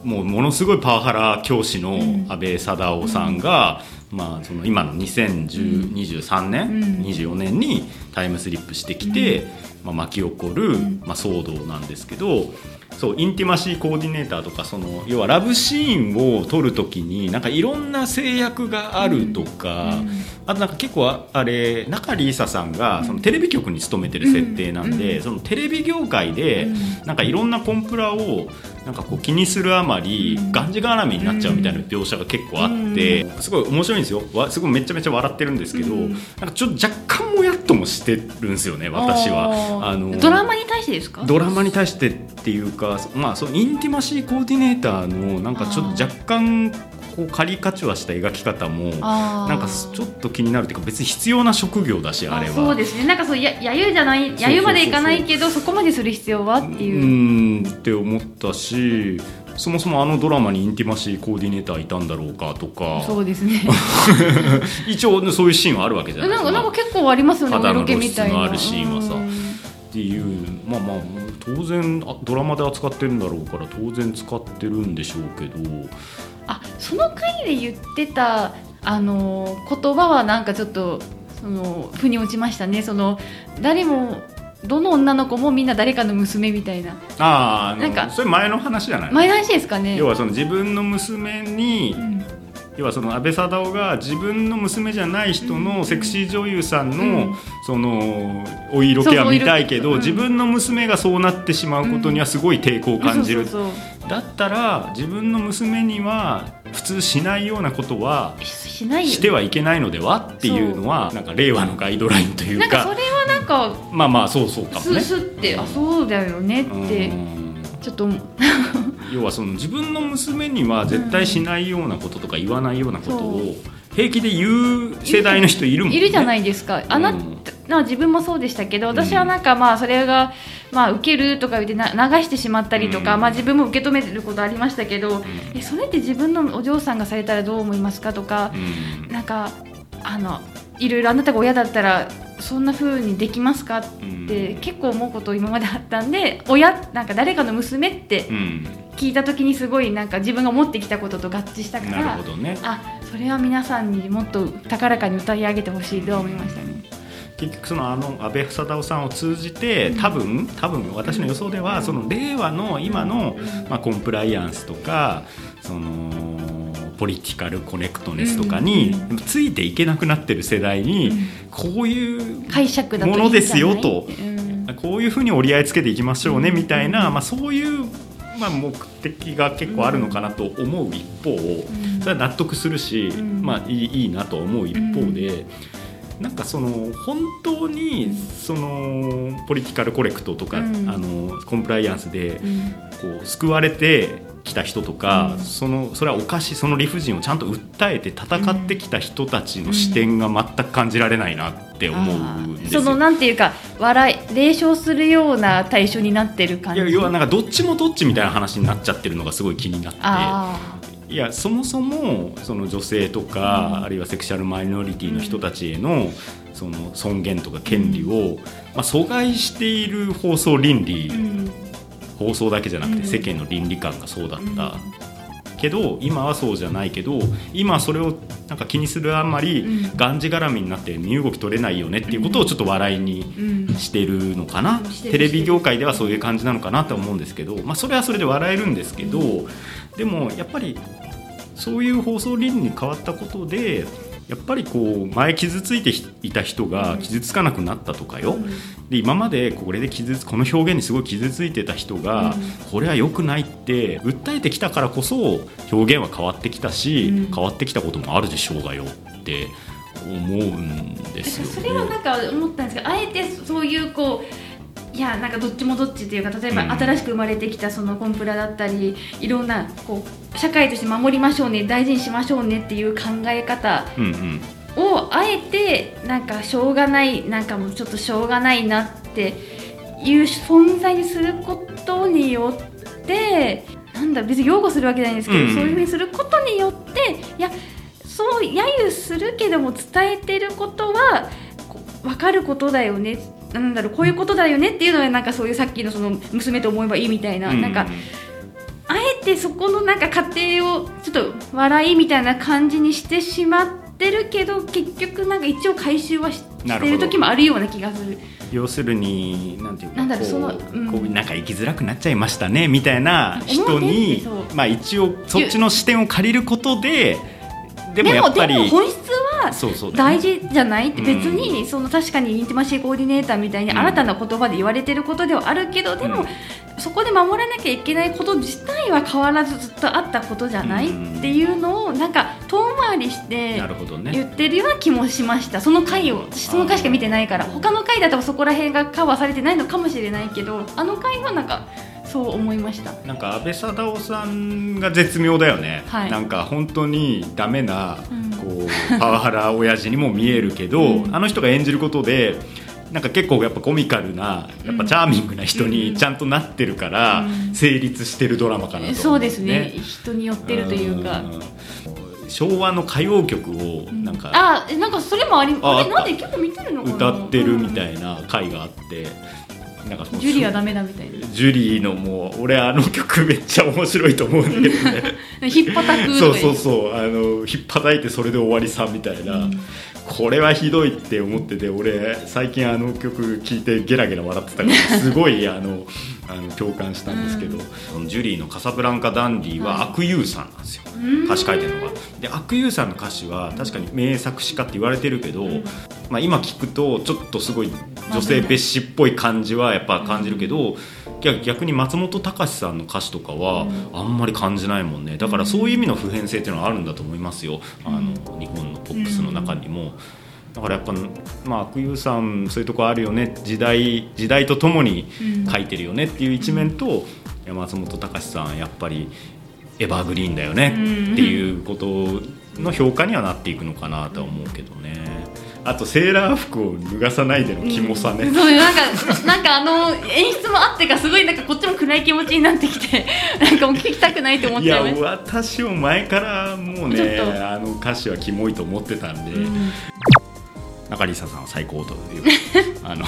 Speaker 1: もうものすごいパワハラ教師の
Speaker 2: ん
Speaker 1: 安倍貞夫さんが、まあ、その今の2023年、
Speaker 2: うん
Speaker 1: 24年にタイムスリップしてきて、まあ、巻き起こる、
Speaker 2: ん
Speaker 1: まあ、騒動なんですけどそうインティマシーコーディネーターとかその要はラブシーンを撮るときになんかいろんな制約があるとか、
Speaker 2: うん
Speaker 1: あとなんか結構ああれ中里依紗さんがそのテレビ局に勤めてる設定なんで、
Speaker 2: うん
Speaker 1: そのテレビ業界で
Speaker 2: う
Speaker 1: なんかいろんなコンプラをなんかこう気にするあまり
Speaker 2: うん
Speaker 1: がんじがらめになっちゃうみたいな描写が結構あってすごい面白いんですよわすごいめちゃめちゃ笑ってるんですけど
Speaker 2: うん
Speaker 1: なんかちょっと若干もやっともしてるんですよね私は。
Speaker 2: あ
Speaker 1: あ
Speaker 2: の
Speaker 1: の
Speaker 2: ドラマに対してですか
Speaker 1: ドラマに対してっていうか、そまあ、そのインティマシーコーディネーターのなんかちょっと若干こうカリカチュアした描き方も
Speaker 2: な
Speaker 1: なんかちょっと気になるっていうか別に必要な職業だしあれは。
Speaker 2: そうですねなんかそうややゆじゃないやゆまでいかないけどそこまでする必要はっていう
Speaker 1: うーんって思ったしそもそもあのドラマにインティマシーコーディネーターいたんだろうかとか
Speaker 2: そうですね
Speaker 1: 一応ねそういうシーンはあるわ けじゃないで
Speaker 2: な
Speaker 1: す
Speaker 2: ん
Speaker 1: か
Speaker 2: かなんか結構ありますよね
Speaker 1: 肌の
Speaker 2: ロケみた
Speaker 1: 露出
Speaker 2: い
Speaker 1: の
Speaker 2: な
Speaker 1: あるシーンはさ
Speaker 2: うん
Speaker 1: っていうまあまあ当然あドラマで扱ってるんだろうから当然使ってるんでしょうけど
Speaker 2: あその回で言ってたあの言葉はなんかちょっとその腑に落ちましたねその誰もどの女の子もみんな誰かの娘みたいな
Speaker 1: ああ
Speaker 2: なんか
Speaker 1: それ前の話じゃない
Speaker 2: 前の話ですかね
Speaker 1: 要はその自分の娘に、
Speaker 2: うん
Speaker 1: 要はその安倍貞夫が自分の娘じゃない人のセクシー女優さん
Speaker 2: うん
Speaker 1: のそのお色気は見たいけど
Speaker 2: そうそう
Speaker 1: 自
Speaker 2: お色気
Speaker 1: 分の娘がそうなってしまうことにはすごい抵抗を感じる
Speaker 2: そうそう
Speaker 1: だったら自分の娘には普通しないようなことは
Speaker 2: そうしないよ
Speaker 1: してはいけないのではっていうのはなんか令和のガイドラインという
Speaker 2: なんかそ
Speaker 1: か
Speaker 2: れはなんか
Speaker 1: まあまあそうそうかも
Speaker 2: ス
Speaker 1: ね。
Speaker 2: スってあそうだよねって
Speaker 1: うん
Speaker 2: ちょっと思う
Speaker 1: 要はその自分の娘には絶対しないようなこととか言わないようなこと
Speaker 2: そ
Speaker 1: を平気で言う世代の人いるもんね。
Speaker 2: いるじゃないですか、あなた
Speaker 1: うん
Speaker 2: まあ自分もそうでしたけど私はなんかまあそれが、まあ、受けるとか言ってな流してしまったりとか、
Speaker 1: うん
Speaker 2: まあ、自分も受け止めてることありましたけど、えそれって自分のお嬢さんがされたらどう思いますかとか、
Speaker 1: うん
Speaker 2: なんかあのいろいろあなたが親だったらそんな風にできますかって
Speaker 1: うん
Speaker 2: 結構思うこと今まであったんで親なんか誰かの娘って
Speaker 1: うん
Speaker 2: 聞いた時にすごいなんか自分が持ってきたことと合致したか
Speaker 1: な
Speaker 2: ら
Speaker 1: るほどね
Speaker 2: あそれは皆さんにもっと高らかに歌い上げてほしいとは思いましたね。
Speaker 1: 結局そのあの安倍貞夫さんを通じて多分多分私の予想ではその令和の今の、まあ、コンプライアンスとかそのポリティカルコネクトネスとかに
Speaker 2: うん
Speaker 1: ついていけなくなってる世代にこういう
Speaker 2: 解釈だといいんじ
Speaker 1: も
Speaker 2: ゃない
Speaker 1: のですよと
Speaker 2: うん
Speaker 1: こういうふうに折り合いつけていきましょうね
Speaker 2: うん
Speaker 1: みたいな、まあ、そういう、まあ、目的が結構あるのかなと思う一方、
Speaker 2: ん
Speaker 1: それは納得するし、
Speaker 2: うん
Speaker 1: まあ、いいいいなと思う一方で、なんかその本当にそのポリティカルコレクトとか、
Speaker 2: うん
Speaker 1: あのコンプライアンスで
Speaker 2: うん
Speaker 1: こう救われてきた人とか、
Speaker 2: うん
Speaker 1: そのそれはおかしいその理不尽をちゃんと訴えて戦ってきた人たちの視点が全く感じられないなって思うんですよ。
Speaker 2: そのなんていうか笑い冷笑するような対象になってる感
Speaker 1: い
Speaker 2: じ
Speaker 1: や要はなんかどっちもどっちみたいな話になっちゃってるのがすごい気になっ
Speaker 2: あー
Speaker 1: ていやそもそもその女性とか、あるいはセクシャルマイノリティの人たちへのその尊厳とか権利を、まあ、阻害している放送倫理、
Speaker 2: うん
Speaker 1: 放送だけじゃなく
Speaker 2: う
Speaker 1: て
Speaker 2: ん
Speaker 1: 世間の倫理観がそうだっ
Speaker 2: うん
Speaker 1: た、けど今はそうじゃないけど今それをなんか気にするあんまり
Speaker 2: うん
Speaker 1: がんじがらみになって身動き取れないよねっていうことをちょっと笑いに
Speaker 2: うん
Speaker 1: してるのかな
Speaker 2: してる
Speaker 1: テレビ業界ではそういう感じなのかなと思うんですけど、まあ、それはそれで笑えるんですけどでもやっぱりそういう放送倫理に変わったことでやっぱりこう前傷ついていた人が傷つかなくなったとかよ、で今までこれで傷つこの表現にすごい傷ついてた人が、
Speaker 2: う
Speaker 1: これは良くないって訴えてきたからこそ表現は変わってきたし、
Speaker 2: うん
Speaker 1: 変わってきたこともあるでしょうがよって思うんですよね。
Speaker 2: それはなんか思ったんですけどあえてそういうこういやなんかどっちもどっちっていうか例えば
Speaker 1: うん
Speaker 2: 新しく生まれてきたそのコンプラだったりいろんなこう社会として守りましょうね大事にしましょうねっていう考え方
Speaker 1: うんうん
Speaker 2: をあえてなんかしょうがないなんかもうちょっとしょうがないなっていう存在にすることによってなんだ別に擁護するわけじゃないんですけど、
Speaker 1: うん
Speaker 2: そういうふうにすることによっていやそう揶揄するけども伝えてることはこう分かることだよねなんだろうこういうことだよねっていうのはなんかそういうさっきのその娘と思えばいいみたいな、
Speaker 1: う
Speaker 2: なんかあえてそこのなんか過程をちょっと笑いみたいな感じにしてしまっってるけど結局なんか一応回収はし
Speaker 1: なるほ
Speaker 2: し
Speaker 1: ど
Speaker 2: てる時もあるような気がする
Speaker 1: 要するになんていうか
Speaker 2: なんだろう
Speaker 1: こう
Speaker 2: そのうん
Speaker 1: こうなんか生きづらくなっちゃいましたねみたいな人に
Speaker 2: 思うねってそう
Speaker 1: まあ、一応そっちの視点を借りることでで
Speaker 2: で
Speaker 1: も
Speaker 2: も
Speaker 1: やっぱり
Speaker 2: でも本質は
Speaker 1: そうそうだよね
Speaker 2: 大事じゃないって
Speaker 1: うん
Speaker 2: 別にその確かにインティマシーコーディネーターみたいに
Speaker 1: うん
Speaker 2: 新たな言葉で言われてることではあるけど、で
Speaker 1: う
Speaker 2: もそこで守らなきゃいけないこと自体は変わらずずっとあったことじゃない
Speaker 1: うん
Speaker 2: っていうのをなんか遠回りして
Speaker 1: なるほどね
Speaker 2: 言ってるような気もしましたその回を私その回しか見てないから
Speaker 1: あー
Speaker 2: 他の回だとそこら辺がカバーされてないのかもしれないけどあの回はなんかそう思いました
Speaker 1: なんか安倍貞夫さんが絶妙だよね、
Speaker 2: はい
Speaker 1: なんか本当にダメな、
Speaker 2: うん
Speaker 1: こうパワハラ親父にも見えるけど、
Speaker 2: うん
Speaker 1: あの人が演じることでなんか結構やっぱコミカルなやっぱチャーミングな人
Speaker 2: う
Speaker 1: に
Speaker 2: ん
Speaker 1: ちゃんとなってるから、
Speaker 2: うん
Speaker 1: 成立してるドラマかなと思んだよね、
Speaker 2: そうですね人によってるというか。
Speaker 1: うん昭和の歌謡曲をなんか、
Speaker 2: あえなんかそれもあり
Speaker 1: あ
Speaker 2: あ
Speaker 1: あっ
Speaker 2: れ
Speaker 1: た
Speaker 2: なんで結構見てるのかな
Speaker 1: 歌ってるみた
Speaker 2: う
Speaker 1: いな回があって、なんかそ
Speaker 2: ん
Speaker 1: の
Speaker 2: ジュリアダメだみたいな
Speaker 1: ジュリーのもう俺あの曲めっちゃ面白いと思うんだけどね
Speaker 2: ひっぱたくと
Speaker 1: そう
Speaker 2: か
Speaker 1: そうそうあの引っ叩いてそれで終わりさみたいな、
Speaker 2: うん
Speaker 1: これはひどいって思ってて俺最近あの曲聴いてゲラゲラ笑ってたからすご いあのあの共感したんですけど、
Speaker 2: うん
Speaker 1: そのジュリーの「カサブランカ・ダンディ」は悪友さんなんですよ、
Speaker 2: うん
Speaker 1: 歌詞書いてるのが。で悪友さんの歌詞は確かに名作詞家って言われてるけど、
Speaker 2: ん
Speaker 1: まあ、今聞くとちょっとすごい女性蔑視っぽい感じはやっぱ感じるけど、逆逆に松本隆さんの歌詞とかはあんまり感じないもんねだからそういう意味の普遍性っていうのはあるんだと思いますよあの日本のポップスの中にも。だからやっぱ、まあ、悪友さんそういうとこあるよね時代時代とともに書いてるよねっていう一面と、いや松本隆さんやっぱりエバーグリーンだよね
Speaker 2: うん
Speaker 1: っていうことの評価にはなっていくのかなとは思うけどねあとセーラー服を脱がさないでのキモさね、
Speaker 2: うんそうなんかなんかあの演出もあってかすごいなんかこっちも暗い気持ちになってきてなんかもう聞きたくないと思っ
Speaker 1: い
Speaker 2: ちゃ
Speaker 1: や
Speaker 2: いました
Speaker 1: 私も前からもう
Speaker 2: ちょっ
Speaker 1: ね
Speaker 2: と
Speaker 1: あの歌詞はキモいと思ってたんで、
Speaker 2: うん
Speaker 1: 中里依紗さんは最高という あの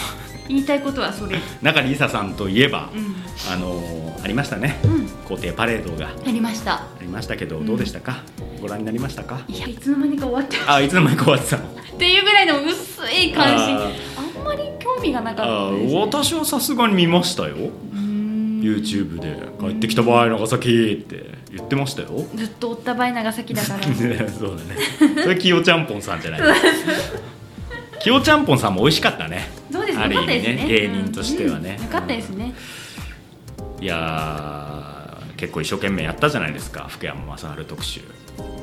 Speaker 2: 言いたいことはそれ、
Speaker 1: 中里依紗さんといえば、
Speaker 2: う
Speaker 1: あのありましたね
Speaker 2: ん、うん、
Speaker 1: 皇帝パレードがあ
Speaker 2: やりました
Speaker 1: りましたけど、
Speaker 2: うん
Speaker 1: どうでしたかご覧になりましたか
Speaker 2: いやいつの間にか終わって
Speaker 1: あいつの間にか終わってたの
Speaker 2: っていうぐらいの薄い関
Speaker 1: あ
Speaker 2: 心あんまり興味がなか
Speaker 1: あ
Speaker 2: ったです、ね、
Speaker 1: 私はさすがに見ましたよ
Speaker 2: うーん
Speaker 1: YouTube で「帰ってきた場合長崎」って言ってましたよ
Speaker 2: ずっと追った場合長崎だ から
Speaker 1: ねそうだねそれきよちゃんぽんさんじゃ ないきよちゃんぽんさんも美味しかったね
Speaker 2: そうです
Speaker 1: ある
Speaker 2: ね。良か
Speaker 1: 意
Speaker 2: ったで
Speaker 1: 味
Speaker 2: す
Speaker 1: ね
Speaker 2: ね。
Speaker 1: 芸人としてはね
Speaker 2: うん良かったですね。
Speaker 1: いやー結構一生懸命やったじゃないですか福山雅治特集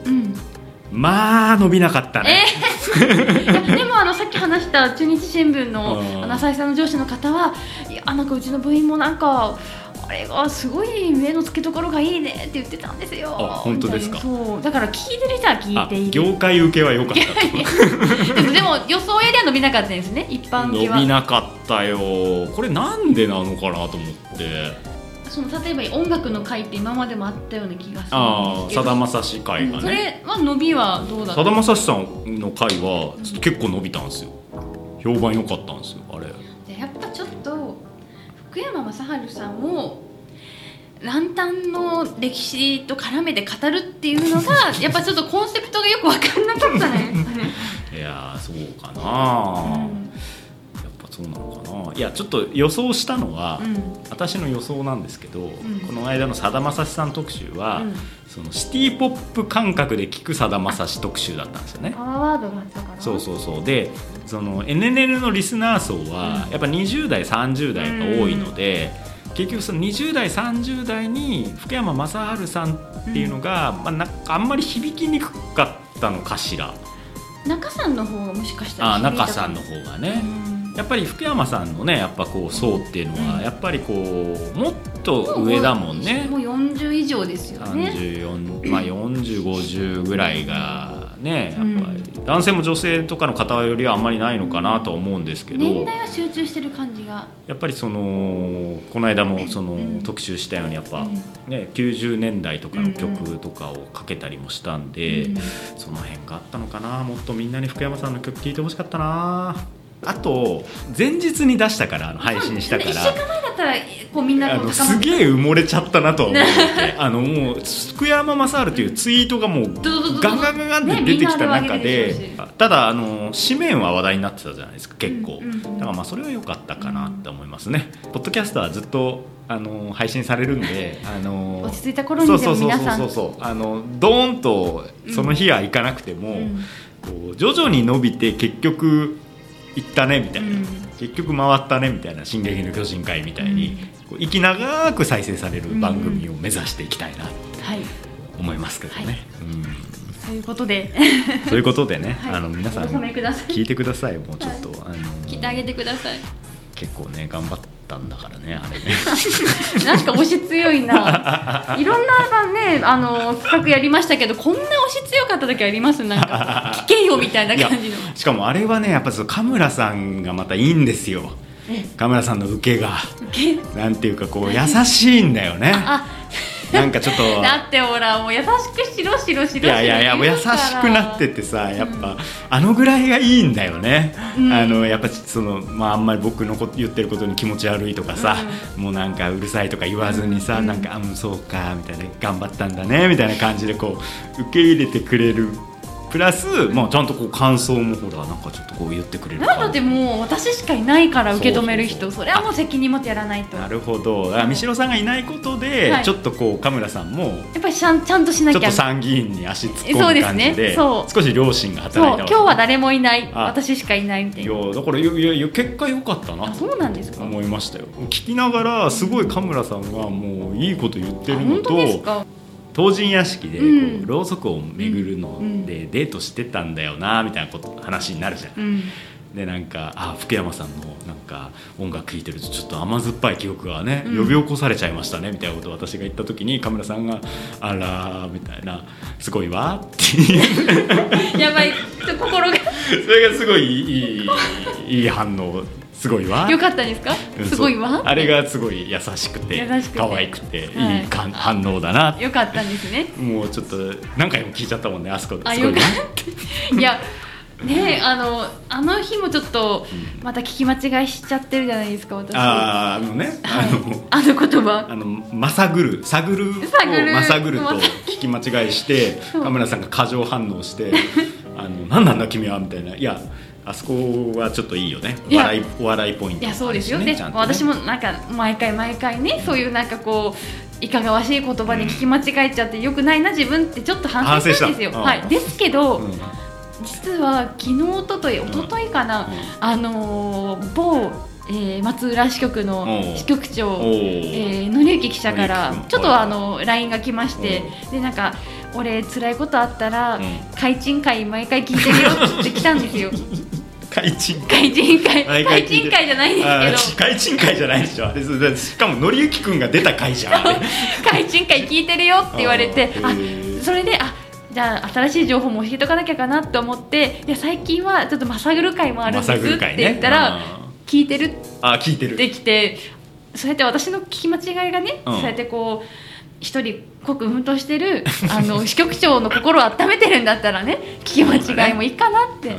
Speaker 2: うん。
Speaker 1: まあ伸びなかったね、
Speaker 2: いやでもあのさっき話した中日新聞の
Speaker 1: うん
Speaker 2: あの浅井さんの上司の方は、いやなんかうちの部員もなんか。あれがすごい目の付けどころがいいねって言ってたんですよ。
Speaker 1: あ本当ですか
Speaker 2: みたいなそうだから聞いてる人は聞い
Speaker 1: あ
Speaker 2: ている。
Speaker 1: 業界受けは良か った
Speaker 2: でもでも予想よりは伸びなかったですね。一般
Speaker 1: 伸
Speaker 2: 的は
Speaker 1: びなかったよこれなんでなのかなと思って
Speaker 2: その例えば音楽の会って今までもあったような気がする
Speaker 1: ああ
Speaker 2: んですけ
Speaker 1: さ
Speaker 2: ど。
Speaker 1: だまさし会が
Speaker 2: そ
Speaker 1: ね
Speaker 2: れは伸びはどうだった
Speaker 1: さだまさしさんの回はちょっと結構伸びたんですよ評判良かったんですよあれ
Speaker 2: でやっぱちょっと福山雅治さんをランタンの歴史と絡めて語るっていうのが やっぱちょっとコンセプトがよく分かんなかったね。
Speaker 1: いやーそうかな、やっぱそうなのかないやちょっと予想したのは、
Speaker 2: うん
Speaker 1: 私の予想なんですけど、
Speaker 2: ん
Speaker 1: この間のさだまさしさん特集は、
Speaker 2: うん
Speaker 1: そのシティ・ポップ感覚で聞くさだまさし特集だったんですよね
Speaker 2: パワーワードがあったから
Speaker 1: そうそうそうでその NNL のリスナー層は
Speaker 2: うん
Speaker 1: やっぱ20代30代が多いので、結局その20代30代に福山雅治さんっていうのが、まあ、なんかあんまり響きにくかったのかしら
Speaker 2: 中さんの方がもしかしたら
Speaker 1: あ
Speaker 2: 響いたか
Speaker 1: 中さんの方がね
Speaker 2: う。ん
Speaker 1: やっぱり福山さんのねやっぱこう層っていうの
Speaker 2: う
Speaker 1: は
Speaker 2: ん
Speaker 1: やっぱりこうもっと上だもんね
Speaker 2: もう40以上ですよね
Speaker 1: 34まあ4050ぐらいがねや
Speaker 2: う
Speaker 1: っ
Speaker 2: ん
Speaker 1: ぱり男性も女性とかの方よりはあんまりないのかなとは思うんですけど
Speaker 2: 年代は集中してる感じが
Speaker 1: やっぱりそのこの間もそ
Speaker 2: うん
Speaker 1: の特集したようにやっぱ
Speaker 2: うん
Speaker 1: ね90年代とかの曲とかをかけたりもしたんでその辺があったのかなもっとみんなに福山さんの曲聴いてほしかったなあと前日に出したからあの配信したか
Speaker 2: 1週
Speaker 1: ら
Speaker 2: 間前だったらこうみんな
Speaker 1: あ
Speaker 2: こう
Speaker 1: の
Speaker 2: 高ますって
Speaker 1: げえ埋もれちゃったなとは思って てあのもう福山雅治というツイートがもう
Speaker 2: ドドドドド
Speaker 1: ガンガンガンガンって出てきた中
Speaker 2: ね
Speaker 1: で
Speaker 2: みんな
Speaker 1: ただあの紙面は話題になってたじゃないですか結構
Speaker 2: うんうん
Speaker 1: だからまあそれは良かったかなって思いますねポッドキャストはずっとあの配信されるんであの
Speaker 2: 落ち着いた頃にでも皆さん
Speaker 1: そうそうそうそうそうあのドーンとその日は行かなくても、
Speaker 2: うん
Speaker 1: こう徐々に伸びて結局行ったねみたいな、
Speaker 2: うん
Speaker 1: 結局回ったねみたいな「進撃の巨人会」みたいに、こう息長く再生される番組を目指していきたいなと
Speaker 2: はい
Speaker 1: 思いますけどね、
Speaker 2: はい
Speaker 1: うん
Speaker 2: ということで
Speaker 1: そういうことでね、
Speaker 2: はい
Speaker 1: あの皆さん
Speaker 2: お納めください
Speaker 1: 聞いてくださいもうちょっと、あの
Speaker 2: 聞いてあげてください
Speaker 1: 結構ね頑張ったんだからねあれね
Speaker 2: なんか押し強 いないろんな番ねあの企画やりましたけどこんな押し強かった時ありますな んかこう聞けよみたいない
Speaker 1: や
Speaker 2: 感じの
Speaker 1: しかもあれはねやっぱその神村さんがまたいいんですよ神村さんの受けが。
Speaker 2: け
Speaker 1: なんていうかこう優しいんだよね。
Speaker 2: あ
Speaker 1: なんかちょ っと
Speaker 2: だってほらもう優しくしろしろしろし
Speaker 1: い
Speaker 2: ろ
Speaker 1: やいやいやもう優
Speaker 2: 言う
Speaker 1: し
Speaker 2: から
Speaker 1: くなっててさやっぱ、あのぐらいがいいんだよね。
Speaker 2: うん
Speaker 1: あのやっぱそのまああんまり僕のこ言ってることに気持ち悪いとかさ、もうなんかうるさいとか言わずにさ、
Speaker 2: うん
Speaker 1: なんかあうんそうかみたいな頑張ったんだねみたいな感じでこう受け入れてくれる。プラス、まあ、ちゃんとこう感想もほらなんかちょっとこう言ってくれる
Speaker 2: なんだってもう私しかいないから受け止める
Speaker 1: そ
Speaker 2: 人
Speaker 1: うそうそ
Speaker 2: そうれはもう責任持ってやらないと
Speaker 1: な
Speaker 2: や
Speaker 1: るほどだから三代さんがいないことで、
Speaker 2: はい
Speaker 1: ちょっとこう神村さんも
Speaker 2: っぱりちゃんちゃんとしな
Speaker 1: ちょっ
Speaker 2: きゃ
Speaker 1: と
Speaker 2: そう
Speaker 1: 参議院に足突っ
Speaker 2: そう
Speaker 1: 込
Speaker 2: で
Speaker 1: む
Speaker 2: す
Speaker 1: 感
Speaker 2: ね
Speaker 1: じで
Speaker 2: そう
Speaker 1: 少し両親が働いた
Speaker 2: 今
Speaker 1: わけ
Speaker 2: 日は誰もいない
Speaker 1: あ
Speaker 2: 私しかいないみたい
Speaker 1: い
Speaker 2: な
Speaker 1: やだからいやいやいや結果良かったな
Speaker 2: あ
Speaker 1: と
Speaker 2: そうなんですか
Speaker 1: 思いましたよ聞きながらすごい神村さんがもういいこと言って
Speaker 2: あ
Speaker 1: るの
Speaker 2: 本当です
Speaker 1: と
Speaker 2: か
Speaker 1: 東神屋敷でこ
Speaker 2: う
Speaker 1: う
Speaker 2: ん
Speaker 1: ろうそくを巡るの
Speaker 2: うん
Speaker 1: でデートしてたんだよなみたいなこと話になるじゃん
Speaker 2: うん
Speaker 1: でなんかあ福山さんのなんか音楽聴いてるとちょっと甘酸っぱい記憶がね、
Speaker 2: うん
Speaker 1: 呼び起こされちゃいましたねみたいなことを私が言った時にカメラさんが「あら」みたいな「すごいわ」って いう
Speaker 2: やばいちょっと心が
Speaker 1: それがすごいいいいいいい反応すごいわ
Speaker 2: 良かったんですか
Speaker 1: うん
Speaker 2: すごいわ
Speaker 1: そうあれがすごい優しくて
Speaker 2: 優しくて
Speaker 1: 可愛くていい
Speaker 2: はい
Speaker 1: かん、反応だな
Speaker 2: 良かったんですね
Speaker 1: もうちょっと何回も聞いちゃったもんねあそこです
Speaker 2: あ
Speaker 1: ごい
Speaker 2: よ
Speaker 1: わ
Speaker 2: かったいやねえあのあの日もちょっとまた聞き間違いしちゃってるじゃないですか私
Speaker 1: あああのねあ
Speaker 2: はい
Speaker 1: の、
Speaker 2: あの言葉
Speaker 1: あの、まさぐる、さぐるを
Speaker 2: 探る
Speaker 1: まさぐると聞き間違いして、
Speaker 2: そう
Speaker 1: カメラさんが過剰反応 して、あの、なんなんだ君はみたいな。いや、あそこはちょっといいよね。
Speaker 2: いや
Speaker 1: 笑い、お笑いポイン
Speaker 2: い
Speaker 1: トもあ
Speaker 2: や
Speaker 1: るしね。
Speaker 2: そうですよね
Speaker 1: ちゃんとね
Speaker 2: 私もなんか毎回毎回ねそういうなんかこういかがわしい言葉に聞き間違えちゃってよくないな自分ってちょっと反省したんです
Speaker 1: 反省
Speaker 2: よ、
Speaker 1: したうん
Speaker 2: はい、ですけど、
Speaker 1: うん
Speaker 2: 実は昨日おとといおとといかな、
Speaker 1: うん
Speaker 2: あのー某、えー松浦支局の支局長
Speaker 1: おー
Speaker 2: えー、のりゆき記者から
Speaker 1: のりゆき君
Speaker 2: ちょっと
Speaker 1: はい
Speaker 2: あの LINE が来ましてでなんか俺辛いことあったら
Speaker 1: うん
Speaker 2: 開陳会毎回聞いてるよって来た んですよ
Speaker 1: 開陳会。
Speaker 2: 開陳会
Speaker 1: 毎回聞
Speaker 2: 開
Speaker 1: いて
Speaker 2: 陳
Speaker 1: る
Speaker 2: 会じゃないんです
Speaker 1: あー開陳会じゃないでしょ。あれそうだしかも、のりゆきくんが出た会じゃん。って
Speaker 2: けど開陳会聞いてるよって言われてあそれであじゃあ新しい情報も教えとかなきゃかなと思っていや最近はちょっとまさぐる会もあるんです
Speaker 1: まさぐ
Speaker 2: っ
Speaker 1: る
Speaker 2: て
Speaker 1: 会ね
Speaker 2: 言ったら、
Speaker 1: うん
Speaker 2: 聞いてる
Speaker 1: あー、聞いてる。
Speaker 2: できてそうやって私の聞き間違いがね、
Speaker 1: うん
Speaker 2: そうやってこう一人刻奮闘してるあの 支局長の心を温めてるんだったらね聞き間違いもいいかなって、
Speaker 1: うん